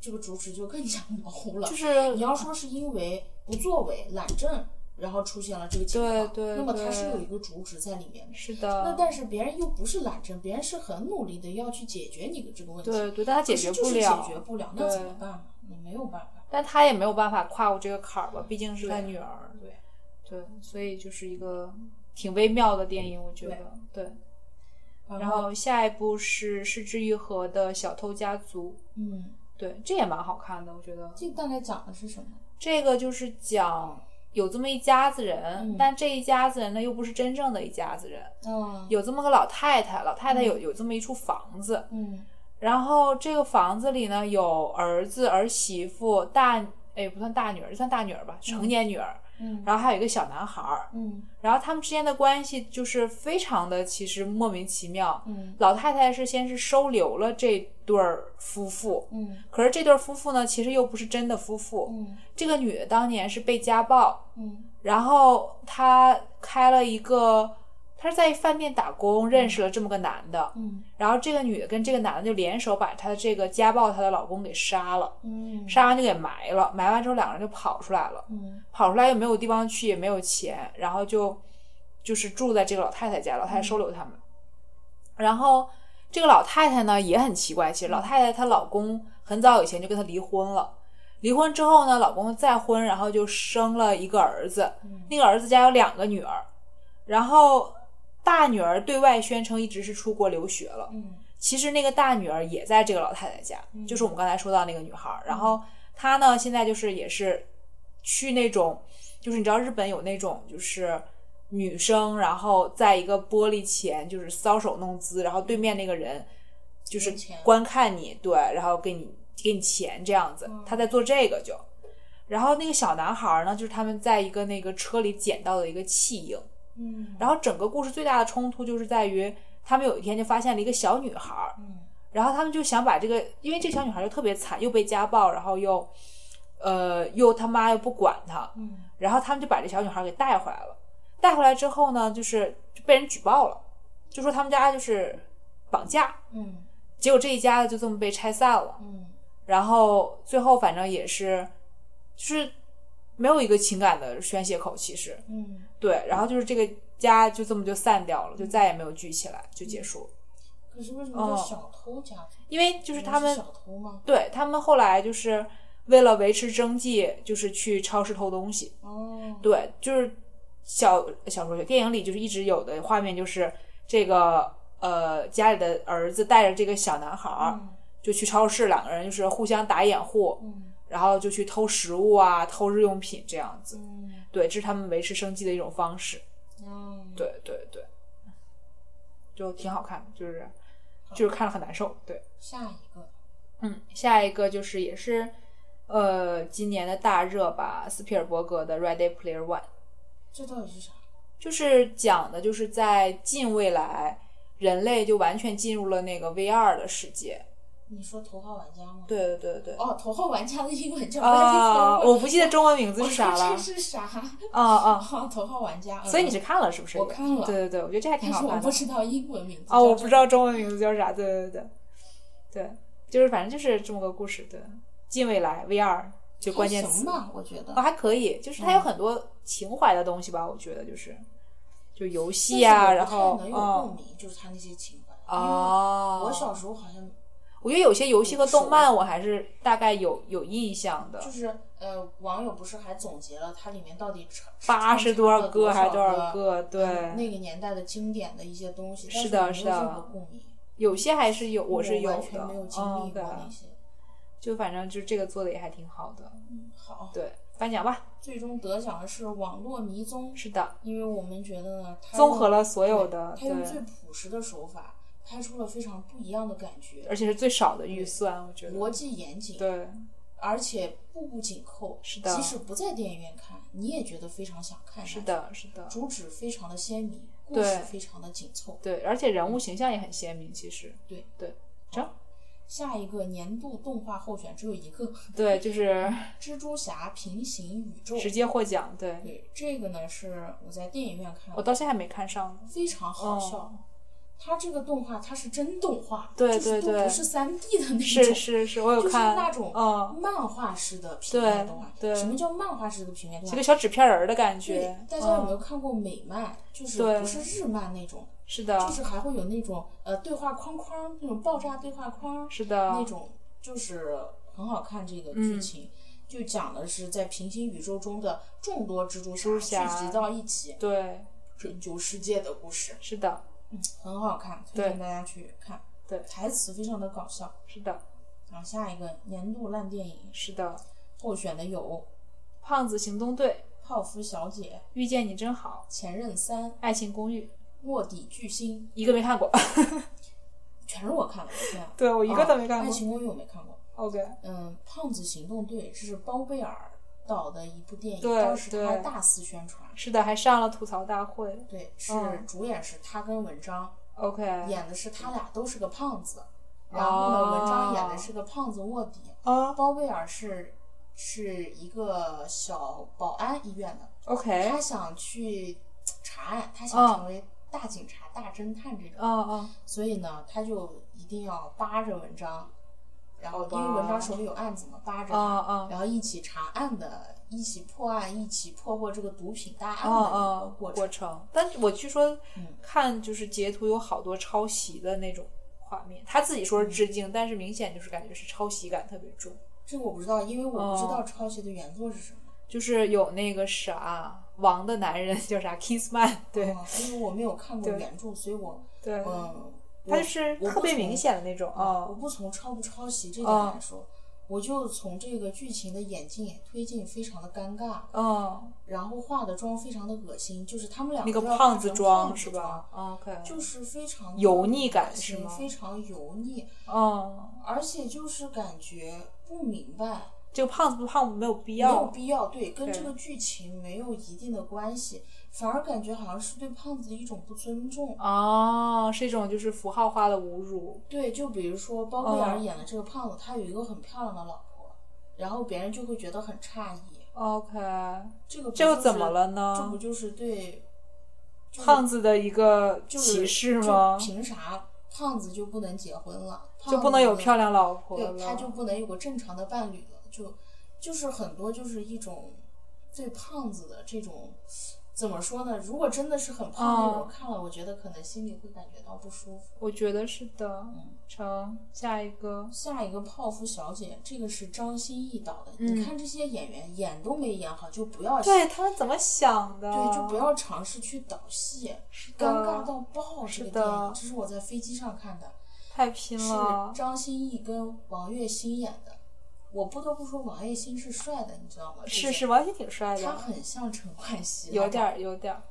这个主旨就更 加模糊了。就是你要说是因为不作为、懒政，然后出现了这个情对况，对那么它对是有一个主旨在里面的。是那的，但是别人又不是懒政，别人是很努力的要去解决你的这个问题，对对，但他解可决是不就是了，解决不了，那对怎么办嘛？你没有办法。但他也没有办法跨过这个坎儿吧，毕竟是他对女儿。对，对，所以就是一个挺微妙的电影，我觉得。对，然后下一部是是之愈合的《小偷家族嗯，》，对，这也蛮好看的，我觉得。这大概讲的是什么？这个就是讲有这么一家子人，嗯但这一家子人呢又不是真正的一家子人，嗯，有这么个老太太，老太太有、有这么一处房子，嗯然后这个房子里呢有儿子、儿媳妇、大。哎，不算大女儿，算大女儿吧，成年女儿。嗯然后还有一个小男孩儿，嗯然后他们之间的关系就是非常的，其实莫名其妙。嗯老太太是先是收留了这对儿夫妇，嗯可是这对儿夫妇呢，其实又不是真的夫妇。嗯这个女的当年是被家暴，嗯然后她开了一个，她是在饭店打工认识了这么个男的，嗯然后这个女的跟这个男的就联手把她的这个家暴她的老公给杀了，嗯，杀完就给埋了，埋完之后两个人就跑出来了。嗯跑出来也没有地方去，也没有钱，然后就就是住在这个老太太家，老太太收留他们。然后这个老太太呢也很奇怪，其实老太太她老公很早以前就跟她离婚了，离婚之后呢，老公再婚，然后就生了一个儿子，嗯那个儿子家有两个女儿，然后大女儿对外宣称一直是出国留学了。嗯其实那个大女儿也在这个老太太家，嗯就是我们刚才说到那个女孩儿。然后她呢，现在就是也是去那种，就是你知道日本有那种就是女生，然后在一个玻璃前就是搔首弄姿，然后对面那个人就是有钱观看你，对，然后给你给你钱这样子嗯，她在做这个就。然后那个小男孩儿呢，就是他们在一个那个车里捡到的一个弃婴，嗯，然后整个故事最大的冲突就是在于，他们有一天就发现了一个小女孩儿，嗯然后他们就想把这个，因为这个小女孩就特别惨，又被家暴，然后又，呃，又他妈又不管她，嗯然后他们就把这小女孩给带回来了。带回来之后呢，就是就被人举报了，就说他们家就是绑架，嗯结果这一家就这么被拆散了。嗯然后最后反正也是，就是没有一个情感的宣泄口，其实，嗯，对，然后就是这个家就这么就散掉了，就再也没有聚起来，就结束了。可是为什么叫小偷家族？哦因为就是他们你小偷吗？对他们后来就是为了维持生计，就是去超市偷东西。哦，对，就是小小说电影里就是一直有的画面，就是这个呃家里的儿子带着这个小男孩儿、嗯就去超市，两个人就是互相打掩护，嗯然后就去偷食物啊、偷日用品这样子。嗯对，这是他们维持生计的一种方式。嗯，对对对，就挺好看的，就是就是看了很难受。对，下一个，嗯，下一个就是也是呃今年的大热吧，斯皮尔伯格的《Ready Player One》。这到底是啥？就是讲的就是在近未来，人类就完全进入了那个 VR 的世界。你说头号玩家吗？。对对对。哦，头号玩家的英文叫啊， Ready Player One 我不记得中文名字我是啥说了这。是啥？啊啊，啊，头号玩家。嗯所以你是看了是不是？我看了对对对，我觉得这还挺但好是我看的不。知道英文名字。哦，我不知。道中文名字叫啥。对对对对，对，就是反正就是这么个故事。对，近未来 VR 就关键还行词。吧，我觉得。哦，还可以，就是嗯它有很多情怀的东西吧，我觉得就是，就游但戏是啊，我然不太后能有共嗯，鸣，就是他那些情怀。哦，我小时候好像我觉得有些游戏和动漫我还是大概有有印象的就，是呃，网友不是还总结了它里面到底唱八十多少个还是多多少个？嗯个，对，那个年代的经典的一些东西，是但的是是我没有的任何共鸣，有些还是有，我是有完的全没有，经嗯，历对过啊那，些。就反正就这个做的也还挺好的，嗯，好，对，颁奖吧，最终得奖的是《网络迷踪》，是的，因为我们觉得呢，它综用合了所有的对它用对最朴实的手法拍出了非常不一样的感觉，而且是最少的预算，我觉逻得，辑严谨，对，而且步步紧扣。是的即使不在电影院看，你也觉得非常想看。是，的，是的，主旨非常的鲜明，故对事非常的紧凑。对，而且人物形象也很鲜明，其实，对对，成，下一个年度动画候选只有一个，对，就是蜘蛛侠平行宇宙。直接获奖，对对，这个呢是我在电影院看我的，到现在还没看上呢，非常好嗯笑。它这个动画它是真动画，对就是对都对不是三 D 的那种，是是是，我有就是看，那种嗯，漫画式的平面动画。对对什么叫漫画式的平面动这画个？小纸片人儿的感对觉，，大家有没有嗯？看过美漫？就是对不是日漫那种，是的，就是还会有那种呃对话框框，那种爆炸对话框，是的，那种就是很好看这个剧情，嗯就讲的是在平行宇宙中的众多蜘蛛蛛侠侠聚集到一起对，拯救世界的故事，是的，很好看，推对荐大家去看。对台词非常的搞笑。是的，然后下一个年度烂电影是的，候选的有胖子行动队， 《泡芙小姐》遇见你真好， 《前任三》《爱情公寓，卧底巨星一个没看 过，》，！全是我看的，我天啊对我一个都没看啊爱过。情公寓我没看过。 OK，嗯，《胖子行动队》这是包贝尔导的一部电影，对当时他还对大肆宣传。是的，还上了吐槽大会。对，是嗯主演是他跟文章， OK，演的是他俩都是个胖哦子，然后呢，文章演的是个胖子卧底，啊包贝尔是是一个小保安医院的， ，OK，他想去查案，他哎嗯想成为大警察、大侦探这种，嗯嗯，所以呢，他就一定要扒着文章，然后好吧因为文章手里有案子嘛，扒着嗯他嗯，然后一起查案的，一起破案，一起破获这个毒品大案的一个嗯嗯，哦过过程。程。但是我据说嗯看就是截图有好多抄袭的那种画面，他自己说嗯是致敬，但是明显就是感觉是抄袭感特别重，这个我不知道，因为我不知哦道抄袭的原作是什么。就是有那个啥王的男人 叫啥 Kingsman，对嗯因为我没有看过对原著，所以我对，嗯，他我就是我特别不从明显的那种啊，我啊，不从抄不抄袭这哦点来说，我就从这个剧情的演进推进非常的尴尬，嗯，然后化的妆非常的恶心，就是他们两那个个都要胖化子成妆胖是子妆吧？？OK，哦就是非常的油腻感恶是心吗非常油腻，嗯，而且就是感觉不明白，这个胖子不胖没有必没有要，必要，对，跟对这个剧情没有一定的关系，反而感觉好像是对胖子的一种不尊重。哦，是一种就是符号化的侮辱，对，就比如说包贝尔嗯演的这个胖子，他有一个很漂亮的老婆，然后别人就会觉得很诧异，哦 OK，这个不这又就怎是么了呢这不就是对就是胖子的一个就是歧视就吗？凭啥胖子就不能结婚了？就不能有漂亮老胖婆子了？对，他就不能有个正常的伴侣了？就就是很多就是一种对胖子的这种怎么说呢？如果真的是很胖嗯的，我看了，我觉得可能心里会感觉到不舒服。我觉得是的。成，下一个下一个泡芙小姐，这个是张歆艺导的。嗯你看这些演员演都没演好，就不要对他们怎么想的？对就不要尝试去导戏，的尴尬到爆。这是个的电影，这是我在飞机上看的，太拼是了。张歆艺跟王栎鑫演的。我不得不说，王栎鑫是帅的，你知道吗？是是，吗？王鑫挺帅他的，很像陈冠希，有点。儿有点儿，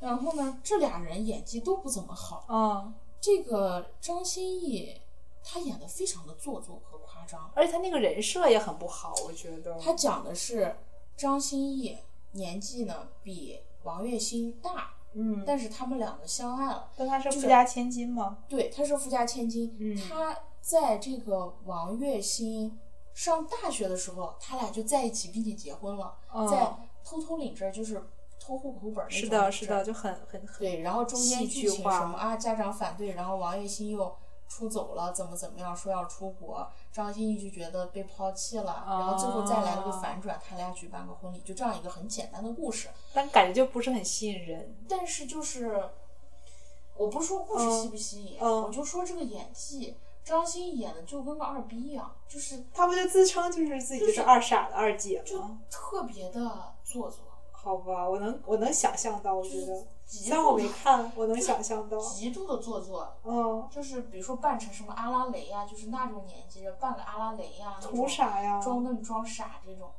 然后呢，这俩人演技都不怎么好。嗯，这个张歆艺他演的非常的做作和夸张。而且他那个人设也很不好，我觉得。他讲的是张歆艺年纪呢比王栎鑫大，嗯，但是他们两个相爱了。但他是就富是家千金吗？对，他是富家千金，嗯他在这个王栎鑫上大学的时候，他俩就在一起，并且结婚了，嗯在偷偷领证，就是偷户口本儿那是种的，领是证的，就很很很对，然后中间戏剧剧情什么化。啊，家长反对，然后王栎鑫又出走了，怎么怎么样，说要出国，张歆艺就觉得被抛弃了，然后最后再来了个哦反转，他俩举办个婚礼，就这样一个很简单的故事，但感觉就不是很吸引人。但是就是，我不说故事吸不吸引，嗯嗯我就说这个演技，张歆艺演的就跟个二逼一样，就是他不就自称就是自己就是二傻的二姐就吗？特别的做作，好吧，我能我能想象到，我就觉是得，极虽然我度没的看，我能想象到。极度的做作，嗯，就是比如说扮成什么阿拉蕾呀、就是那种年纪的扮个阿拉蕾啊呀、那图种啥呀？装嫩装傻这种，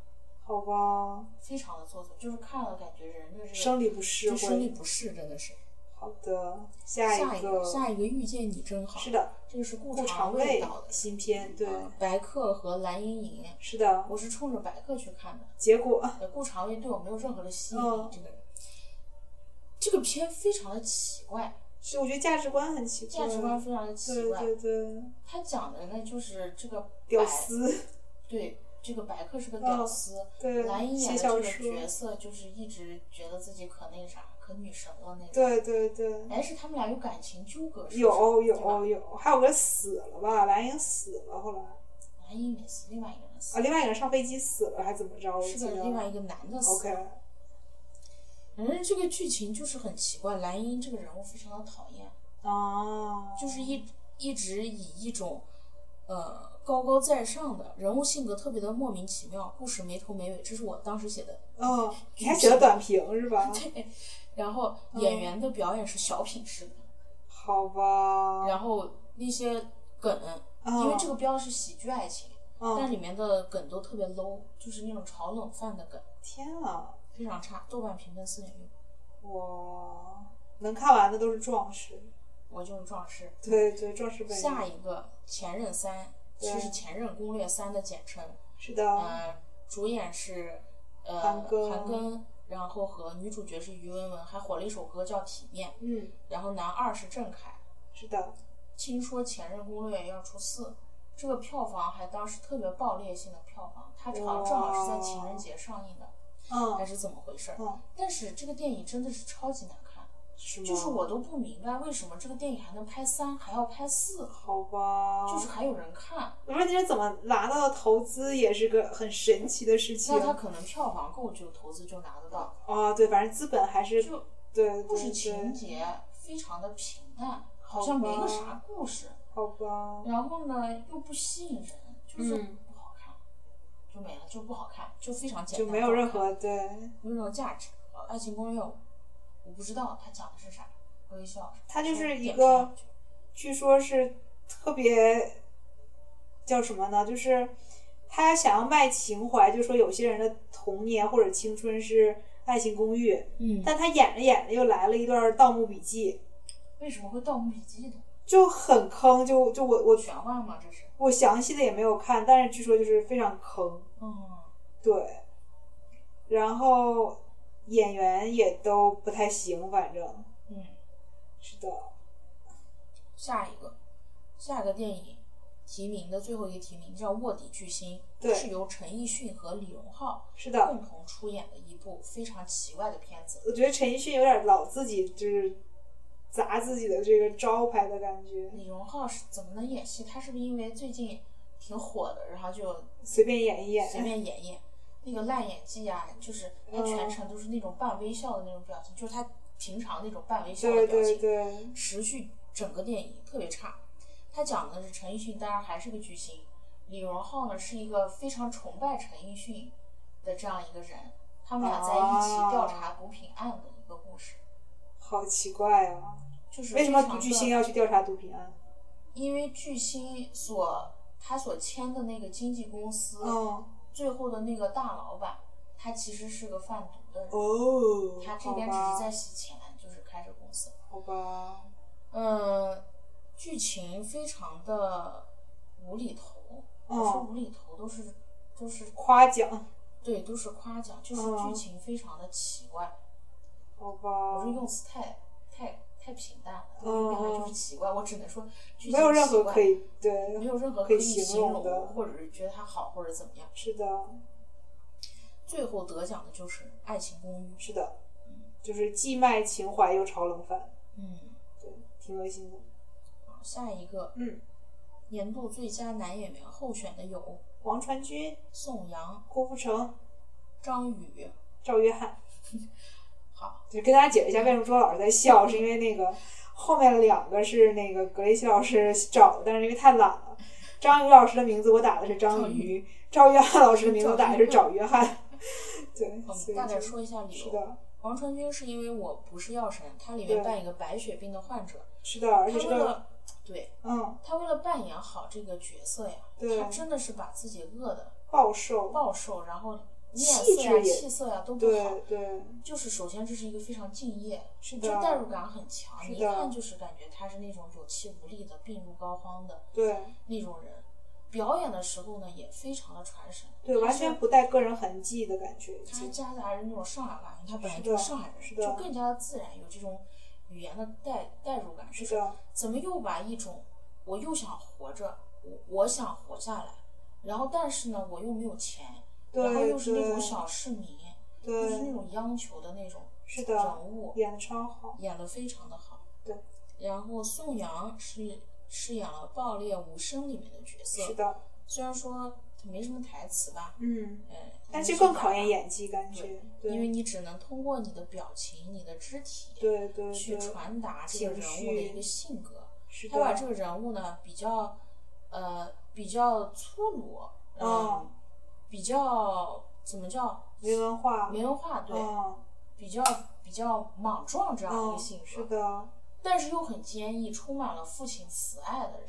好吧，非常的做作，就是看了感觉人就是生理不适就生理会。不适，真的是。好的，下下一个个，下一个遇见你真好，是，的，这个是顾顾长卫卫导的，新片，对，嗯白客和蓝盈莹，是的。我是冲着白客去看的。结果，呃顾长卫对我没有任何的吸引力，嗯这个人，这个片非常的奇怪，是我觉得价值观很奇怪，价值观非常的奇对怪。对对，他讲的呢就是这个屌白，丝，嗯对，这个白客是个屌丝，对蓝盈，演写的这小个说，角色就是一直觉得自己可那啥，可女神了那种。对对对，哎，是他们俩有感情纠葛是不是？有对吧有有，还有个死了吧，蓝莹死了，后来啊，蓝盈没死，另外一个人死，另外一个人上飞机死了，还怎么着？我是记个得另外一个男的死。 OK，反正这个剧情就是很奇怪，蓝盈这个人物非常的讨厌，啊，就是一一直以一种呃高高在上的人物性格特别的莫名其妙，故事没头没尾，这是我当时写的。嗯，你还写了短评是 吧？然后嗯演员的表演是小品式的，好吧，哦然后那些梗，因为这个标是喜剧爱情，但嗯，里面的梗都特别 low，就是那种炒冷饭的梗，天啊，非常差，豆瓣评分四点六，我能看完的都是壮士，我就是壮士。对对，壮士本人下一个《前任三》，其实对是《前任攻略三》的简称。是的，呃，主演是呃韩庚韩庚，然后和女主角是于文文，还火了一首歌叫《体面》。嗯，然后男二是郑恺。是的，听说《前任攻略》要出四，这个票房还当时特别爆裂性的票房，它好像正好是在情人节上映的，还嗯是怎么回事儿？嗯，但是这个电影真的是超级难看，是吗？就是我都不明白为什么这个电影还能拍三，还要拍四，好吧，就是还有人看。问题是怎么拿到投资也是个很神奇的事情那它可能票房够就投资就拿得到，啊！对，反正资本还是就对故事对情对，节非常的平淡，好好像没个吧啥故事，好吧，然后呢又不吸引人，就是嗯不好看，就没了，就不好看，就非常简就单，没有任不好看何对。没有任何价值。呃爱情公寓我不知道它讲的是啥，微笑，它就是一点个评去据说是特别叫什么呢？就是他想要卖情怀，就说有些人的童年或者青春是《爱情公寓》，嗯，但他演着演着又来了一段《盗墓笔记为什么会《盗墓笔记》呢？》，就很坑。就就我我玄幻吗？这是，我详细的也没有看，但是据说就是非常坑。嗯，对，然后演员也都不太行，反正嗯，是的，下一个，下一个电影提名的最后一个提名叫《卧底巨星》，对是由陈奕迅和李荣浩是的。共同出演的一部非常奇怪的片子。我觉得陈奕迅有点老自己就是砸自己的这个招牌的感觉，李荣浩是怎么能演戏？他是不是因为最近挺火的，然后就随便演一演，嗯随便演演？那个烂演技啊，就是他全程都是那种半微笑的那种表情，就是他平常那种半微笑的对表对情，对，持续整个电影特别差。他讲的是陈奕迅，当然还是个巨星。李荣浩呢是一个非常崇拜陈奕迅的这样一个人，他们俩在一哦起调查毒品案的一个故事，好奇怪啊！就是为什么非常巨的星要啊去调查毒品案？因为巨星所他所签的那个经纪公司，嗯，最后的那个大老板，他其实是个贩毒的人，哦，他这好边只是在吧，洗钱，就是开着公司。好吧，嗯，剧情非常的无厘头，不是嗯，无厘头，都是都是夸奖，对，都是夸奖，就是嗯剧情非常的奇怪，好我吧是，用词太太太平淡了，嗯用法嗯就是奇怪，我只能说剧情没有任奇何怪可以对，没有任何可以形形容的或者是觉得它好或者怎么样。是的，最后得奖的就是《爱情公寓》，是的，就是既卖情怀又炒冷饭，嗯，对，挺恶心的。好下一个嗯，年度最佳男演员候选的有王传君、宋阳、郭富城、张宇。赵约翰。好，就跟大家解释一下，为什么周老师在笑，是因为那个后面两个是那个格雷西老师找的，但是因为太懒了，张宇老师的名字我打的是张宇，赵约翰老师的名字我打的是找约 翰。对，所以嗯，大概就说一下理是由。的，王传君是因为我不是药神，他里面对扮一个白血病的患者，是的，而他且这为个了对嗯他为了扮演好这个角色呀，对他真的是把自己饿的暴瘦，暴瘦，然后面气色呀、质也气色呀都不好对。对就是首先这是一个非常敬业，是就的，代入感很强，是你一的看就是感觉他是那种有气无力的病入膏肓的对那种人。表演的时候呢，也非常的传神，对，完全不带个人痕迹的感觉，他还夹杂着那种上海话，他本来是就的是上海人，是的就更加自然，有这种语言的代代入感，就是是的，怎么又把一种我又想活着，我我想活下来，然后但是呢，我又没有钱，对然后又是那种对小市民，又是那对，种央求的那种是人的，物，演的超好，演得非常的好。对。然后宋阳是饰演了《爆裂无声》里面的角色，是的，虽然说他没什么台词吧，嗯，嗯，但是是更表考验达，演技，感觉，对因为你只能通过你的表情、你的肢体对对去对，传达这情个人物的一绪个性格。是他把的，这个人物呢比较，呃，比较粗鲁，嗯，嗯比较怎么叫没文化，没文化，对，嗯比较比较莽撞这样一个嗯，性格。是的，但是又很坚毅，充满了父亲慈爱的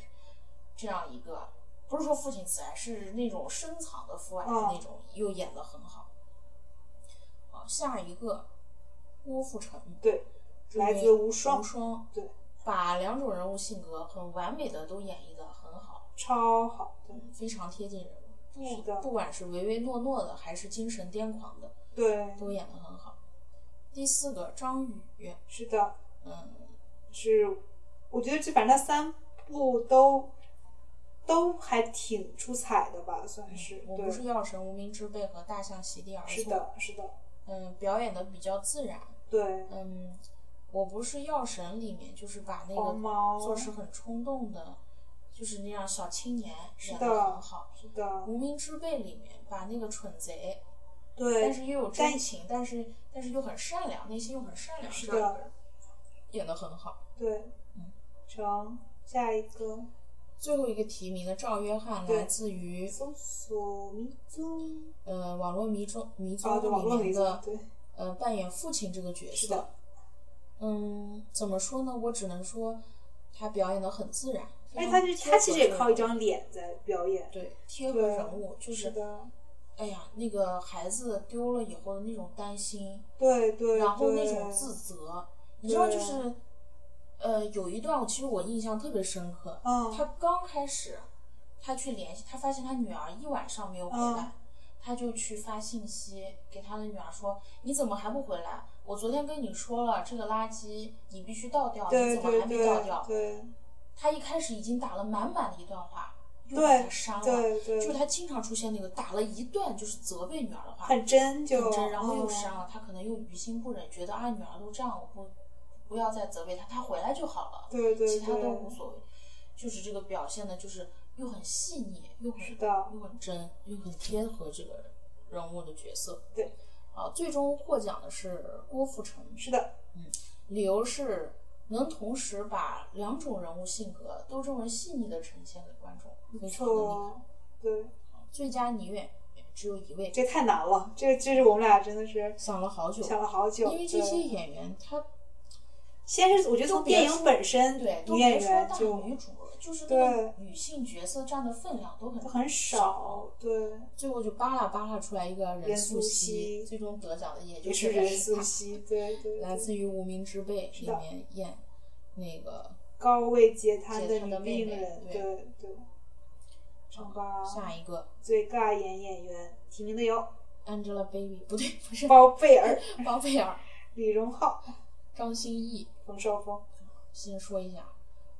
这样一个，不是说父亲慈爱，是那种深藏的父爱的嗯那种，又演得很好。好，下一个郭富城，对，这位来自无无双，双，对，把两种人物性格很完美的都演绎得很好，超好，对嗯非常贴近人物。是不，的不管是唯唯诺诺的，还是精神癫狂的，对，都演得很好。第四个张宇，是的，嗯，是，我觉得这反正他三部都都还挺出彩的吧，算是，嗯我不是对，药神、无名之辈和大象席地而坐。是的，是的，嗯，表演的比较自然。对，嗯，我不是药神里面就是把那黄个毛做事很冲动的，就是那样小青年是演的的很好。是的，无名之辈里面把那个蠢贼，但对，是又有但真情，但是但是又很善良，内心又很善良，是这样的一个人演的很好。对，嗯成，下一个，最后一个提名的赵约翰对来自于搜索迷踪，呃网络迷踪迷啊，踪对，网络迷里面踪的，对，呃扮演父亲这个角是色的。，嗯，怎么说呢？我只能说他表演的很自然，而且非哎他常就贴他其合实也这靠个一张脸在表演，对贴合对人物，就是是的，哎呀，那个孩子丢了以后的那种担心，对对，然后那对种自责，你知道就对是，呃，有一段其实我印象特别深刻，嗯他刚开始他去联系，他发现他女儿一晚上没有回嗯来。他就去发信息给他的女儿说：“你怎么还不回来？我昨天跟你说了，这个垃圾你必须倒掉，你对怎么对还没倒掉？”对对他一开始已经打了满满的一段话，又把对他删了。对就是对，他经常出现那个打了一段就是责备女儿的话，很真就很真，然后又嗯删了。他可能又于心不忍，觉得啊女儿都这样，我不不要再责备她，她回来就好了，对对其他都无对，所谓。就是这个表现的，就是又很细腻，又很是的又很真，又很贴合这个人物的角色。对，啊，最终获奖的是郭富城，是的，理由是能同时把两种人物性格都这么细腻的呈现给观众，非常的厉害。错，对，最佳女演员只有一位，这太难了，这个这是我们俩真的是想了好久，想了好久，因为这些对演员她先是我觉得都从别电说影本身，对都女别演说员大就女主了，就是那对个女性角色占的分量都很就很少少，，对，最后就扒拉扒拉出来一个任任素素汐汐，最终得奖的也就也是任任素她汐，对对，来对自于《无名之辈》里的面演那个高位截瘫截的瘫女的妹病妹人，对对对好吧，下一个最尬演演员提名的有 Angelababy 不对，不是包贝尔、包贝尔、李荣浩、张歆艺。冯绍峰。先说一下，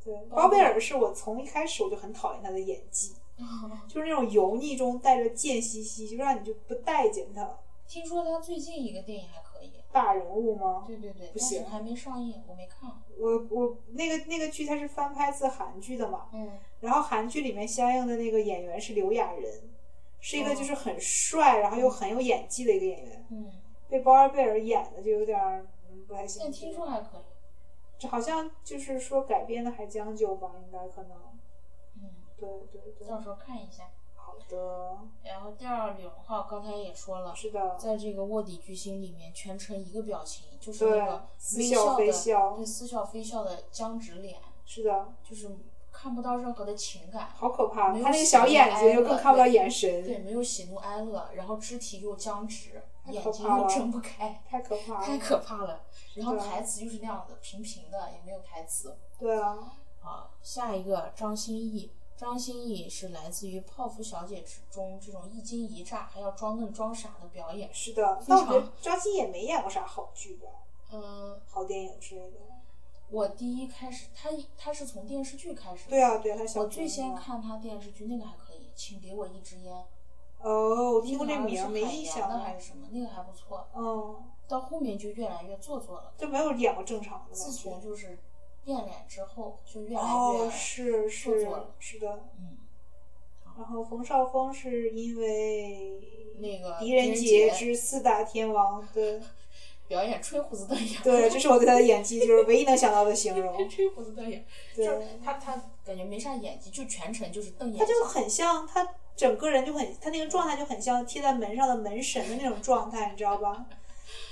对，包包贝贝尔是我从一开始我就很讨厌他的演 技，就是那种油腻中带着贱兮兮，就让你就不待见他。听说他最近一个电影还可以。大人物吗？对对对，不但是行还没上映，我没看。啊我我那个那个剧它是翻拍自韩剧的嘛，嗯，然后韩剧里面相应的那个演员是刘亚仁，是一个哦就是很帅，然后又很有演技的一个演员，嗯，被包贝尔演的就有点儿嗯不太行。但听说还可以。这好像就是说改编的还将就吧，应该可能。嗯，对对对，到时候看一下。好的，然后第二，李荣浩刚才也说了，是的，啊在这个卧底巨星里面，全程一个表情，就是对那个似微笑笑非的，笑对，似笑非笑的僵直脸，是的，就是看不到任何的情感，好可怕！没有啊他那个小眼睛就更看不到眼对，神，没有喜怒哀乐，然后肢体又僵直，太眼可睛怕又了睁不开，太可啊怕了。太可怕了。然后的台词就是那样的，平平的，也没有台词。对啊，啊，下一个张歆艺，张歆艺是来自于《泡芙小姐》之中这种一惊一乍还要装嫩装傻的表演。是的。非但我常觉得张歆也没演过啥好剧吧，嗯，好电影之类的。我第一开始，他他是从电视剧开始。对。啊，对啊，他小我最先朋友看他电视剧，那个还可以，请给我一支烟。哦，我听过那这个好像名儿没是海印洋象的了还。是什么，那个还不错。嗯，到后面就越来越做作了，就没有演过正常的感自从觉。就是变脸之后，就越来越、哦，是做是作了是的。嗯，然后冯绍峰是因为那个狄仁杰杰之四大天王，对表演吹胡子瞪眼，对，这是我对他的演技就是唯一能想到的形 容。吹胡子瞪眼，就对，是他他感觉没啥演技，就全程就是瞪眼睛，他就很像他整个人就很，他那个状态就很像贴在门上的门神的那种状态，你知道吧？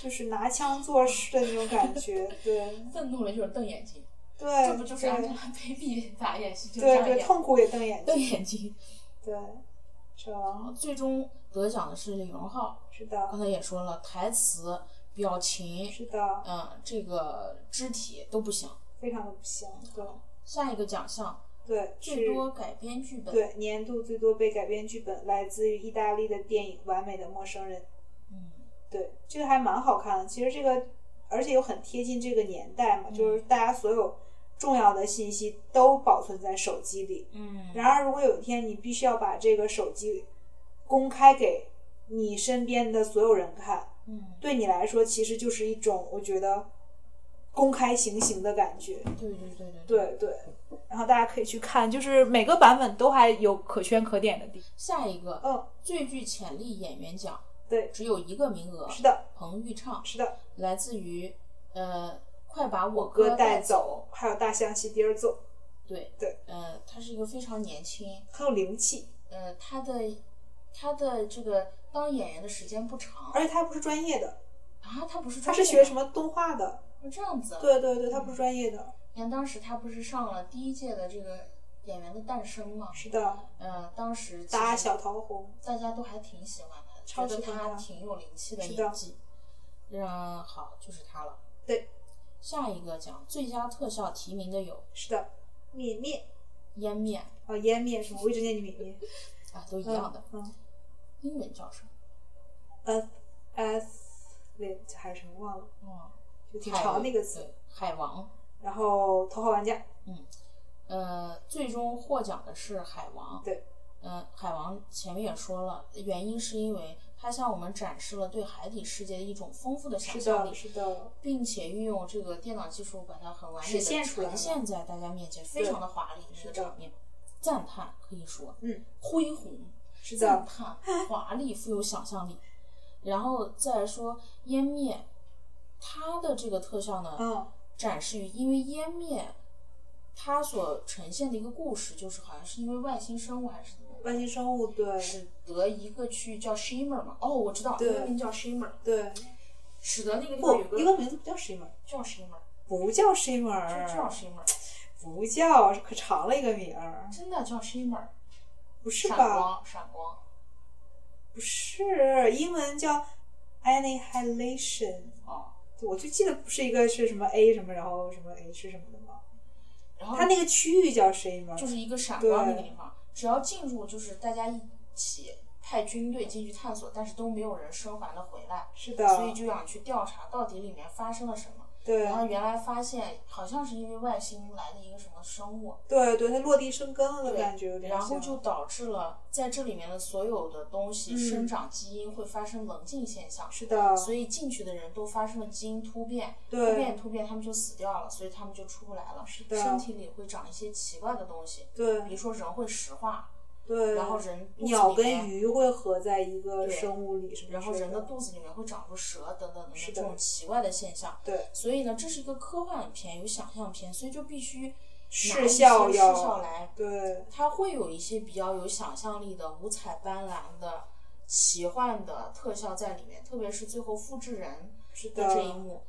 就是拿枪做事的那种感觉，对愤怒了就是瞪眼睛，对，这不就是对 Angelababy 咋演戏就这对样对，演，痛苦也瞪眼瞪睛，眼睛。对，是吧？最终得奖的是李荣浩，是刚的，才也说了，台词、表情，是的，嗯，这个肢体都不行。非常的不行，对下一个奖项对，最多是。改编剧本，对，年度最多被改编剧本来自于意大利的电影《完美的陌生人》。嗯，对，这个还蛮好看的。其实这个，而且又很贴近这个年代嘛，就是嗯大家所有重要的信息都保存在手机里。嗯，然而，如果有一天你必须要把这个手机公开给你身边的所有人看，嗯，对你来说其实就是一种我觉得公开行刑的感觉。对对对对。对对，然后大家可以去看，就是每个版本都还有可圈可点的地方。下一个嗯，最具潜力演员奖对，只有一个名额，是的，彭昱畅，是的，来自于呃，快把我哥哥带走走，，还有大象席迪尔走，对对，呃，他是一个非常年轻，很有灵气。呃，他的他的这个当演员的时间不长而且他还不是专业的，啊，他不是他专业是的学什么动画的。这样子，啊对对对，他不是专业的。你看当时他不是上了第一届的这个演员的诞生嘛，是的，呃，当时其实打小桃红。大家都还挺喜欢他的，超觉得喜欢他他挺有灵气的是演的技。嗯，好，就是他了。对，下一个奖最佳特效提名的有是的，绵绵湮灭啊，湮灭什么？我一直念你绵绵。啊，都一嗯样的，嗯英文叫什么？ ，as as 对，这还是什么忘了，哦，就挺海长那个词。对海王。然后头号玩家，呃，最终获奖的是海王。对，呃，海王前面也说了，原因是因为他向我们展示了对海底世界的一种丰富的想是的，象力，是的，并且运用这个电脑技术把它很完美实的现出来呈了现在大家面前，非对常的华丽那个的场面，赞叹可以说，嗯，恢宏，是赞的，叹，华丽，富有想象力。然后再来说湮灭，它的这个特效呢，嗯，展示于，因为湮灭它所呈现的一个故事，就是好像是因为外星生物还是怎么，外星生物，对使得一个区域叫 Shimmer 嘛，哦，我知道，对英文名叫 Shimmer，对，使得那个地方不有，一个个名字不叫 Shimmer，叫 Shimmer，不叫就叫 Shimmer， Shimmer，不叫，可长了一个名儿，真的叫 Shimmer，不是闪吧？光，闪光，不是，英文叫 annihilation。哦，我就记得不是一个是什么 A 什么，然后什么 H 什么的吗？然后它那个区域叫 Shimmer，哦就是一个闪光那个对地方，只要进入就是大家一起派军队进去探索，但是都没有人生还的回来，是啊的，所以就想去调查到底里面发生了什么。对然后原来发现好像是因为外星来的一个什么生物，对对，它落地生根了的对，感觉有点然后像就导致了在这里面的所有的东西、嗯生长基因会发生冷静现象，是的，所以进去的人都发生了基因突变，对突变突变，他们就死掉了，所以他们就出不来了。是的身体里会长一些奇怪的东西，比对如说人会石化，对，然后人肚子鸟里面跟鱼会合在一个对生物里什么之类，然后人的肚子里面会长出蛇等等等等是这的种奇怪的现象。对所以呢，这是一个科幻片，有想象片，所以就必须拿视一些效视要效来对它会有一些比较有想象力的、五彩斑斓的、奇幻的特效在里面，特别是最后复制人是的的这一幕，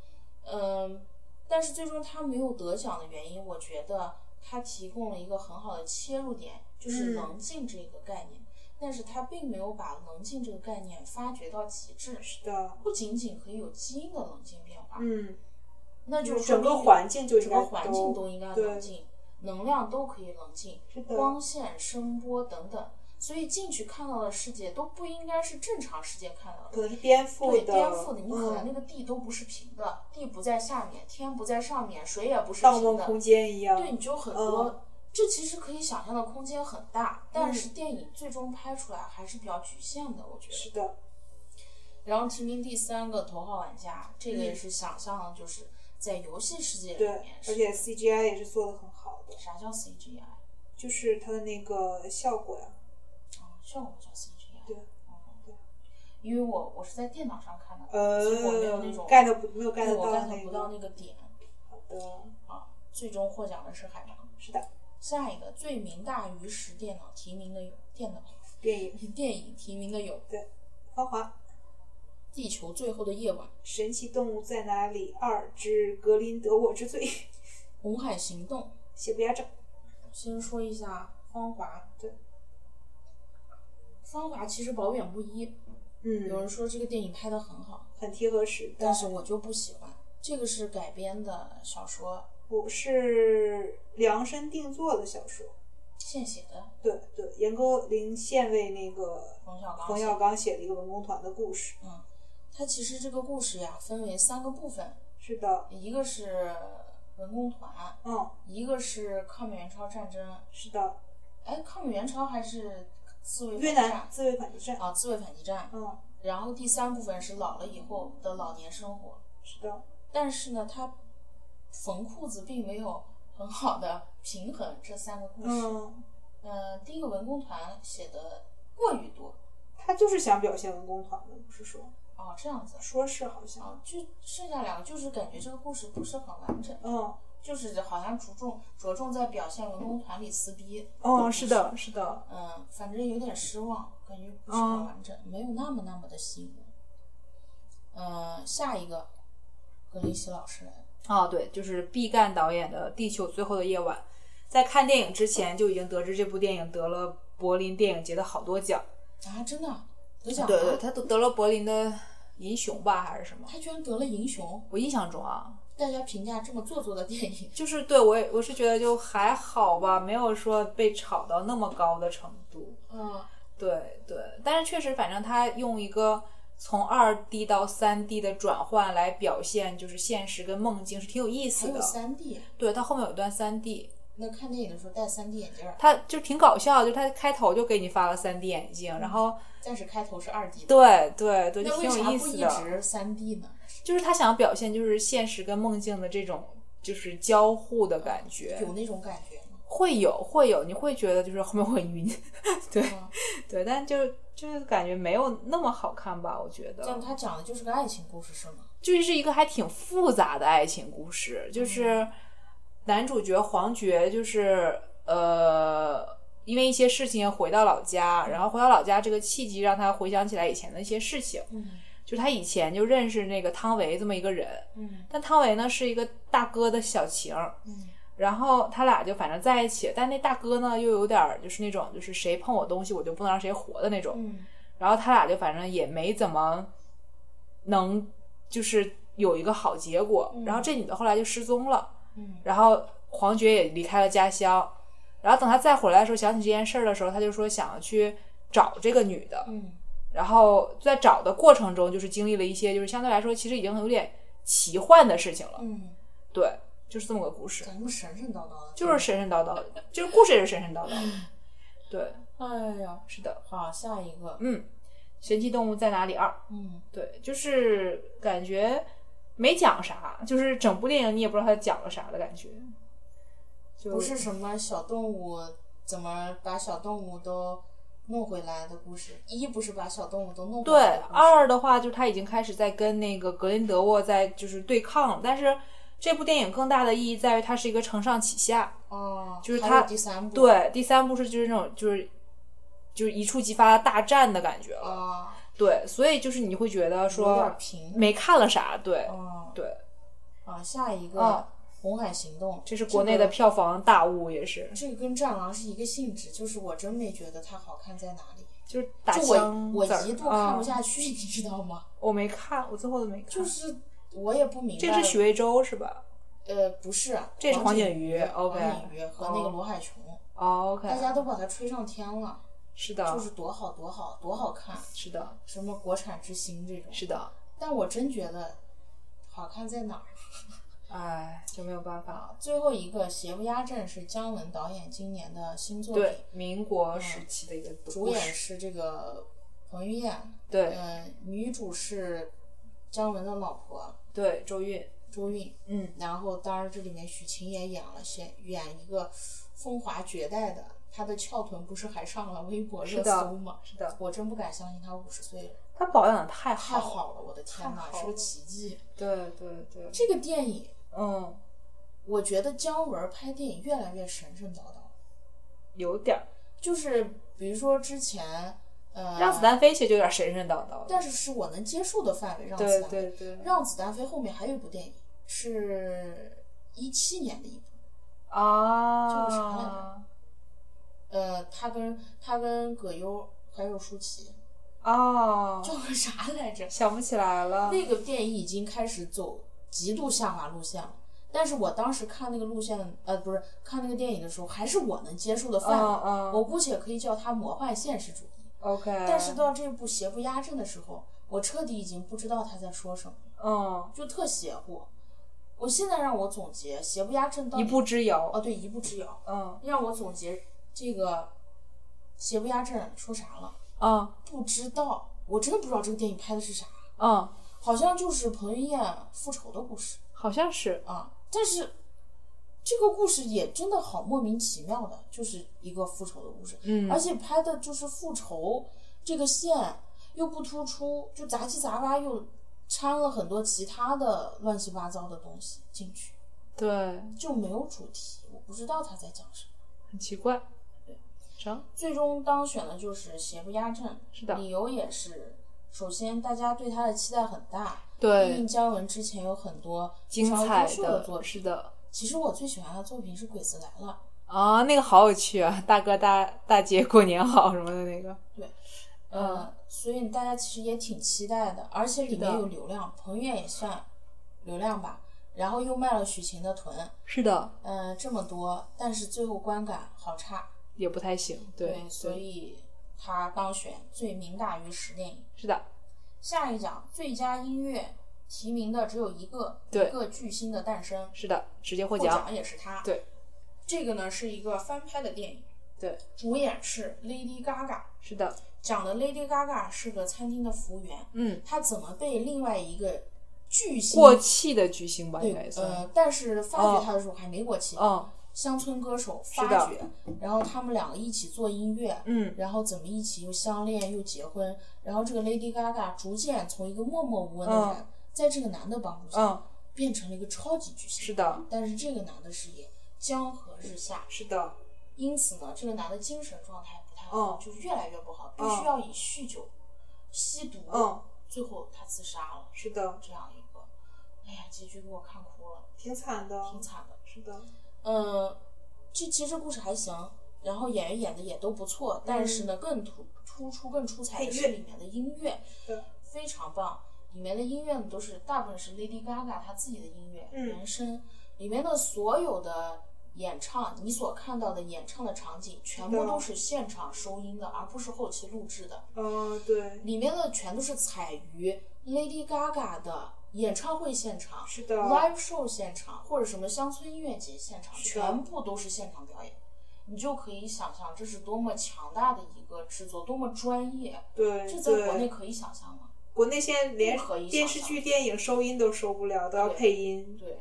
嗯，但是最终它没有得奖的原因，我觉得它提供了一个很好的切入点，就嗯是棱镜这个概念，但是它并没有把棱镜这个概念发掘到极致，是的，不仅仅可以有基因的棱镜变化，嗯，那就整个说明环境就应整该个环境都应该对冷静，能量都可以冷静是，的光线、声波等等，所以进去看到的世界都不应该是正常世界看到可的。能是颠对，覆的，颠覆的，你可能那嗯，个地都不是平的，地不在下面，天不在上面，水也不是盗平梦的，空间一样，对，你就很多。嗯这其实可以想象的空间很大，但是电影最终拍出来还是比较局限的，我觉得。是的，然后提名第三个头号玩家，这个也是想象的，就是在游戏世界里嗯对，面是而且 CGI 也是做的很好的，啥叫 CGI？就是它的那个效果呀，哦，效果叫 CGI。对哦对因为我我是在电脑上看的，呃所以我没有那种，get 不没有对 get 我 get 那不到个，那个点好的，啊。最终获奖的是海王。是的，下一个最名大于实电脑提名的有电脑 电影《电影提名的有《芳华》《地球最后的夜晚》《神奇动物在哪里二之格林德沃之罪》《红海行动邪不压正》》。先说一下《芳华》，对， 《芳华》其实褒贬不一，有嗯，人说这个电影拍得很好，很贴合时代但。是我就不喜欢。这个是改编的小说，我是量身定做的小说，现写的，对对，严歌苓现为那个冯小刚冯写小刚写的一个文工团的故事。嗯，它其实这个故事呀分为三个部分，是的，一个是文工团，嗯，一个是抗美援朝战争，是的，哎，抗美援朝还是自卫越反南击战自卫反击战，啊，自卫反击战。嗯，然后第三部分是老了以后的老年生活，是的，但是呢，它缝裤子并没有很好的平衡这三个故事。嗯，呃，第一个文工团写的过于多他就是想表现文工团的，不是说哦，这样子说是好像，啊，就剩下两个，就是感觉这个故事不是很完整，嗯，就是好像着重着重在表现文工团里撕逼。哦，是的，是的，嗯、反正有点失望，感觉不是很完整，没有那么那么的吸引我。呃，下一个，格林希老师来了，哦，对，就是毕赣导演的《地球最后的夜晚》。在看电影之前就已经得知这部电影得了柏林电影节的好多奖，啊，真的得奖对对，了，他都得了柏林的银熊吧还是什么？他居然得了银熊，我印象中啊，大家评价这么做作的电 影，就是对我也我是觉得就还好吧，没有说被炒到那么高的程度。嗯，对对，但是确实，反正他用一个从二 D 到三 D 的转换来表现，就是现实跟梦境是挺有意还思有的。三 D，啊对，他后面有一段三 D，那看电影的时候戴三 D 眼镜儿，啊他就挺搞笑的，就是他开头就给你发了三 D 眼镜，然后但是开头是二 D 的，对对对，嗯那就为挺有啥意不思一的。直三 D 呢？就是他想表现就是现实跟梦境的这种就是交互的感觉。有那种感觉吗？会有会有，你会觉得就是后面会晕， 对、嗯对，但就就是感觉没有那么好看吧，我觉但得它讲的就是个爱情故事，是吗？就是一个还挺复杂的爱情故事，就是男主角黄觉就是呃。因为一些事情回到老家，然后回到老家这个契机让他回想起来以前的一些事情，嗯就是他以前就认识那个汤唯这么一个人，嗯但汤唯呢是一个大哥的小情儿，嗯然后他俩就反正在一起，但那大哥呢又有点儿就是那种就是谁碰我东西我就不能让谁活的那种。嗯然后他俩就反正也没怎么能就是有一个好结果。嗯然后这女的后来就失踪了，嗯然后黄觉也离开了家乡。然后等他再回来的时候，想起这件事儿的时候，他就说想要去找这个女的。嗯然后在找的过程中，就是经历了一些就是相对来说其实已经有点奇幻的事情了。嗯，对，就是这么个故事，咱们神神叨叨的，就是神神叨叨的，就是故事也是神神叨叨的。嗯对，哎呀，是的，好，下一个，嗯，《神奇动物在哪里二》嗯对，就是感觉没讲啥，就是整部电影你也不知道他讲了啥的感觉。就不是什么小动物怎么把小动物都弄回来的故事，一不是把小动物都弄回对来的故事，二的话，就是他已经开始在跟那个格林德沃在就是对抗了，但是这部电影更大的意义在于它是一个承上启下，哦，就是还他有第三部，对，第三部是就是那种就是就是一触即发大战的感觉了。啊，对，所以就是你会觉得有说点平，没看了啥，对哦对，啊，下一个《啊红海行动》，这是国内的这个票房大物，也是这个跟《战狼》是一个性质，就是我真没觉得它好看在哪里，就是打就枪我我子儿一度看不啊，下去， 你知道吗？我没看，我最后都没看。就是我也不明嗯白，这个是许魏洲是吧？呃不是啊，这是黄景瑜黄，OK 景瑜和那个哦罗海琼，哦，OK，大家都把它吹上天了，是的，就是多好多好多好看，是的，什么国产之星这种，是的，但我真觉得好看在哪儿？哎，就没有办法。啊，最后一个《邪不压正》是姜文导演今年的新作品嗯对，，民国时期的一个故事主演是这个彭于晏，对嗯，女主是姜文的老婆对周韵，周韵，嗯，然后当然这里面许晴也演了，演演一个风华绝代的，她的翘臀不是还上了微博热是的搜吗？是的，我真不敢相信她五十岁了，他保养的太好太了，好了，我的天太哪，好是了个奇迹！对对对，这个电影，嗯，我觉得姜文拍电影越来越神神叨叨，有点儿。就是比如说之前，呃，让子弹飞其实就有点神神叨叨的。但是是我能接受的范围，让子对弹对对，让子弹飞后面还有一部电影是一七年的一部，啊，就是啥来着呃，他跟他跟葛优还有舒淇啊，叫个啥来着？想不起来了。那个电影已经开始走极度下滑路线了。但是我当时看那个路线，呃，不是看那个电影的时候，还是我能接受的范围。嗯嗯我姑且可以叫它魔幻现实主义。 OK，但是到这部《邪不压正》的时候，我彻底已经不知道他在说什么，嗯，就特邪乎。我现在让我总结《邪不压正》到底一步之遥哦，，对，一步之遥。嗯让我总结这个《邪不压正》说啥了？嗯不知道，我真的不知道这个电影拍的是啥，嗯，好像就是彭于晏复仇的故事好像是啊。但是这个故事也真的好莫名其妙的，就是一个复仇的故事，嗯而且拍的就是复仇这个线又不突出，就杂七杂八又掺了很多其他的乱七八糟的东西进去，对，就没有主题，我不知道他在讲什么。很奇怪。成最终当选的就是邪不压正，是的理由也是，首先大家对他的期待很大，毕对竟姜文之前有很多非精常彩优秀的作的，品，是。的其实我最喜欢他的作品是《鬼子来了啊，那个好有趣啊，大哥大大姐过年好什么的那个，》，呃，所以大家其实也挺期待的，而且里面嗯是的有流量，彭于晏也算流量吧，然后又卖了许晴的臀，是的，嗯、这么多，但是最后观感好差，也不太行，对，所对以他当选最名大于实电影。是的，下一奖最佳音乐提名的只有一个，对一个巨星的诞生，是的，直接获获奖，也是他。对，这个呢是一个翻拍的电影，对，主演是 Lady Gaga，是的，讲的 Lady Gaga 是个餐厅的服务员，嗯，她怎么被另外一个巨星过气的巨星吧，应该对算，呃，但是发哦掘他的时候还没过气，嗯乡村歌手是的发掘，然后他们两个一起做音乐，嗯，然后怎么一起又相恋又结婚，然后这个 Lady Gaga 逐渐从一个默默无闻的人，在这个男的帮助下、嗯，变成了一个超级巨星。是的，但是这个男的事业江河日下，是的，因此呢，这个男的精神状态不太嗯好，就越来越不好，必嗯须要以酗酒、吸毒，嗯最后他自杀了，是的，这样一个，哎呀，结局给我看哭了，挺惨的，挺惨的。是的，嗯，这其实故事还行，然后演员演的也都不错，但是呢，更突突出、更出彩的是嗯配乐里面的音乐对，非常棒。里面的音乐呢，都是大部分是 Lady Gaga 她自己的音乐、嗯原声，里面的所有的演唱，你所看到的演唱的场景，全部对都是现场收音的，而不是后期录制的。嗯，对，里面的全都是彩鱼、Lady Gaga 的演唱会现场、是的 live show 现场或者什么乡村音乐节现场，是的全部都是现场表演。你就可以想象这是多么强大的一个制作，多么专业。对，这在国内对，可以想象吗？国内现在连不可以电想视象剧、电影收音都收不了，都要对配音。对，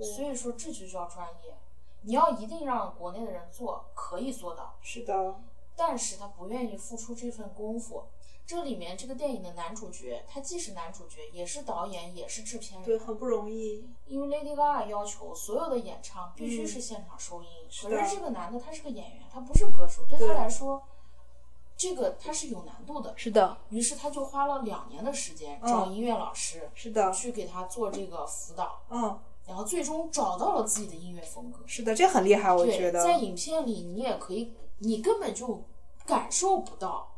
所以说这就叫专业。你要一定让国内的人做，可以做到，是的，但是他不愿意付出这份功夫。这里面这个电影的男主角，他既是男主角，也是导演，也是制片人，对，很不容易。嗯因为 Lady Gaga 要求所有的演唱必须是现场收音，是的可是这个男的他是个演员，他不是歌手，对对他来说，这个他是有难度的。是的，于是他就花了两年的时间嗯找音乐老师、是的，去给他做这个辅导，嗯，然后最终找到了自己的音乐风格。是的，这很厉害，我觉对，得。在影片里你也可以，你根本就感受不到，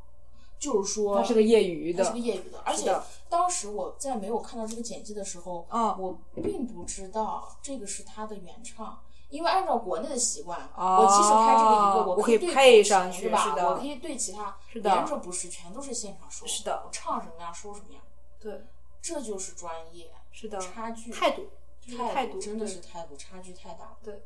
就是说他是个业余他是的个，业余的，而是且的当时我在没有看到这个剪辑的时候，嗯我并不知道这个是他的原唱，因为按照国内的习惯，哦我即使开这个一个，我可以可以对配口上型去对吧？是的我可以对其他，是的连着不是，全都是现场收，是的我唱什么样收什么样，对，这就是专业，是的，差距态度，就是态态度，真的对是态度差距太大了。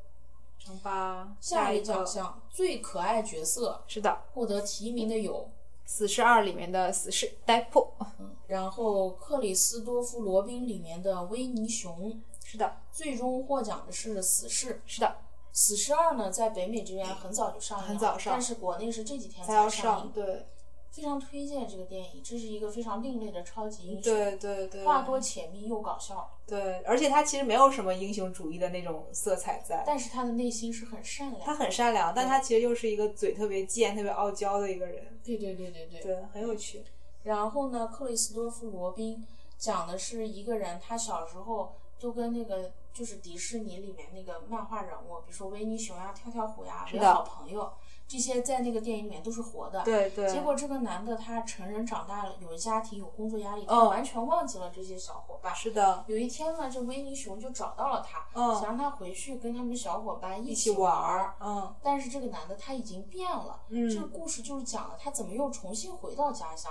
成吧。下一一个奖个项最可爱角色是的，获得提名的有《死侍二》里面的死侍 Deadpool，嗯然后克里斯多夫·罗宾里面的威尼熊，是的，最终获奖的是《死侍》。是的， 《死侍二》呢，在北美这边很早就上映了，很早上但是国内是这几天嗯才要上上，映。对，非常推荐这个电影，这是一个非常另类的超级英雄，对对对，嗯话多且密又搞笑，对，而且他其实没有什么英雄主义的那种色彩在，但是嗯他的内心是很善良的。他很善良，但他其实又是一个嘴特别贱、特别傲娇的一个人，对对对对对。嗯对，很有趣。然后呢，克里斯多夫·罗宾讲的是一个人，他小时候就跟那个就是迪士尼里面那个漫画人物，比如说维尼熊呀、跳跳虎呀是为的好朋友，这些在那个电影里面都是活的。对对结果这个男的他成人长大了，有了家庭，有工作压力，他嗯完全忘记了这些小伙伴。是的，有一天呢，这维尼熊就找到了他，嗯想让他回去跟他们小伙伴一起起玩玩儿儿。，嗯，但是这个男的他已经变了，嗯这个故事就是讲了他怎么又重新回到家乡，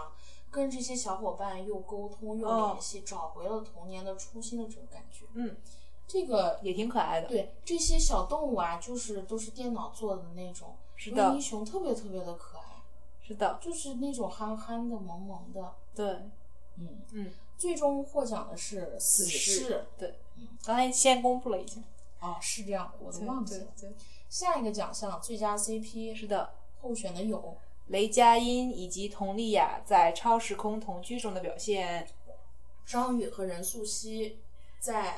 跟这些小伙伴又沟通又哦联系，找回了童年的初心的这种感觉。嗯，这个也挺可爱的。对这些小动物啊，就是都是电脑做的那种，是维的尼，熊特别特别的可爱，是的，就是那种憨憨的、萌萌的。对，嗯嗯，最终获奖的是死侍侍对，刚才先公布了已经，哦，是这样嗯的，我都对忘记对了。对，下一个奖项最佳 CP 是的。候选的有雷佳音以及佟丽娅在《超时空同居》中的表现，张宇和任素汐在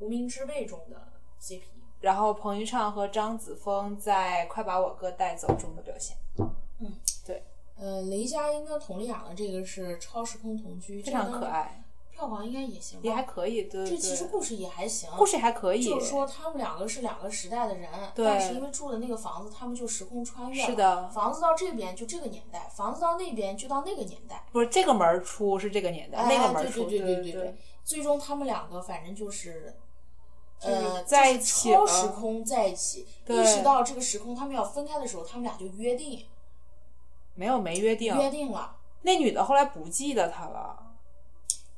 《无名之辈》中的 CP。然后彭昱畅和张子枫在《快把我哥带走》中的表现，呃，雷佳音跟佟丽娅呢，这个是超时空同居，非常可，爱，票房应该也行吧，也还可以。对嗯这对其实对，故事也还行，故事还可以，就是说他们两个是两个时代的人，对但是因为住的那个房子，他们就时空穿越了。是的房子到这边就这个年代，房子到那边就到那个年代。不是这个门儿出是这个年代，哎，那个门儿对出，对对对对。最终他们两个反正就是，就是呃，在就一是起超了时空在一起，对意识到这个时空他们要分开的时候，他们俩就约定没有没约定，约定了那女的后来不记得他了，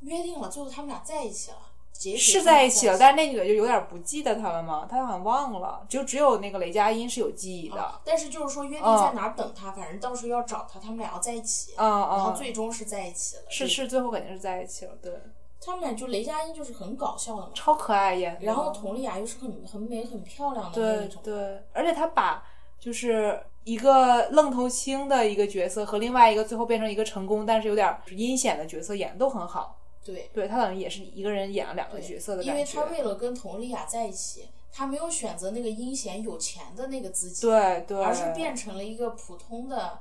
约定了，最后他们俩在一起了，结局是他们在在一起了，但是那女的就有点不记得他了嘛，她好像忘了，就只有那个雷佳音是有记忆的啊，但是就是说约定嗯在哪儿等他，反正到时候要找他，他们俩要在一起，嗯然后嗯，最啊终是在一起了，是是最后肯定是在一起了，对。他们俩就雷佳音就是很搞笑的嘛，超可爱呀！嗯然后佟丽娅又是很很美很漂亮的那对种，对，而且他把就是一个愣头青的一个角色和另外一个最后变成一个成功但是有点阴险的角色演的都很好。对对他等于也是一个人演了两个对角色的因感为觉他。为了跟佟丽娅在一起，他没有选择那个阴险有钱的那个自己，，对对，而是变成了一个普通的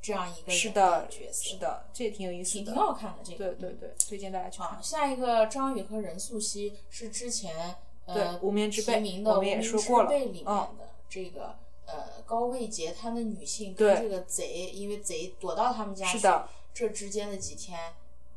这样一个是人的角色，是，的，这也挺有意思挺挺的。好看的这个，对对对，推荐大家去啊看，。下一个张宇和任素汐是之前对呃无名之辈提名的我们也说过了无名之辈里面嗯的这个。呃，高位截瘫的女性对跟这个贼，因为贼躲到他们家去，是的，这之间的几天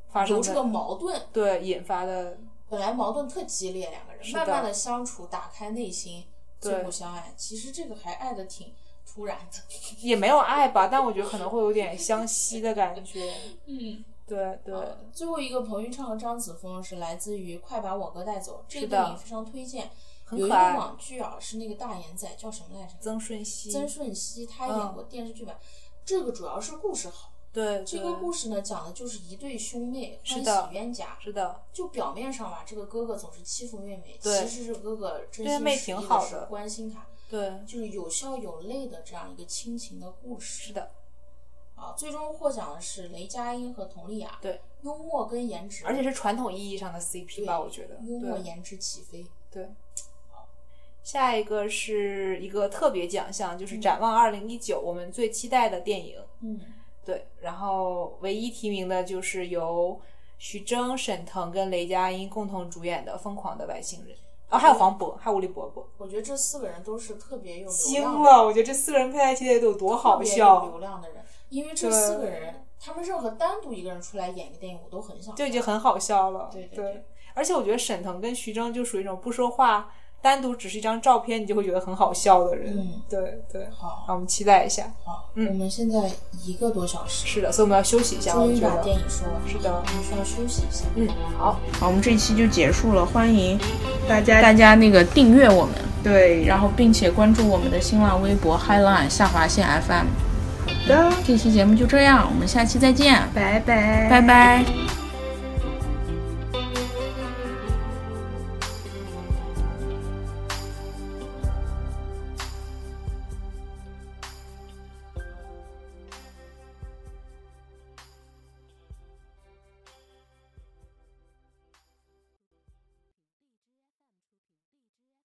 发生由这个的矛盾，对引发的本来矛盾特激烈，两个人是的慢慢的相处，打开内心，对最后相爱。其实这个还爱的挺突然的。也没有爱吧，但我觉得可能会有点相惜的感觉。嗯，对对，呃最后一个彭昱畅和张子枫是来自于《快把我哥带走》这是个的电影，非常推荐。很有一可个爱网剧啊，是那个大眼仔叫什么来着？曾舜晞，曾舜晞，他嗯演过电视剧版。这个主要是故事好，对这个故事事呢讲的就是一对兄妹是欢喜的冤家。是的，就表面上吧，这个哥哥总是欺负妹妹，对其实是哥哥对真他心妹实挺意好的是的关心她，对，就是有笑有泪的这样一个亲情的故事。是的，啊，最终获奖的是雷佳音和佟丽娅。对，幽默跟颜值，而且是传统意义上的 CP 吧，我觉得。幽默对颜值起飞。对。下一个是一个特别奖项，就是展望二零一九，我们最期待的电影。嗯，对，然后唯一提名的就是由徐峥、沈腾跟雷佳音共同主演的《疯狂的外星人》，哦，还有黄渤，还有吴立伯伯。我觉得这四个人都是特别有流惊量的，了！我觉得这四个人配在一起得有多特好别有笑流。量的人，因为这四个人，他们任何单独一个人出来演个电影，我都很想看。就已经很好笑了。对对对而且我觉得沈腾跟徐峥就属于一种不说话，单独只是一张照片，你就会觉得很好笑的人。嗯对对，好好，我们期待一下。好，嗯我们现在一个多小时，是的，所以我们要休息一下，我终于觉把得电影说完，是的。需要休息一下。嗯，好，好，我们这一期就结束了，欢迎大家大家那个订阅我们，对，然后并且关注我们的新浪微博 Highline 下划线 FM。的，这期节目就这样，我们下期再见，拜拜拜拜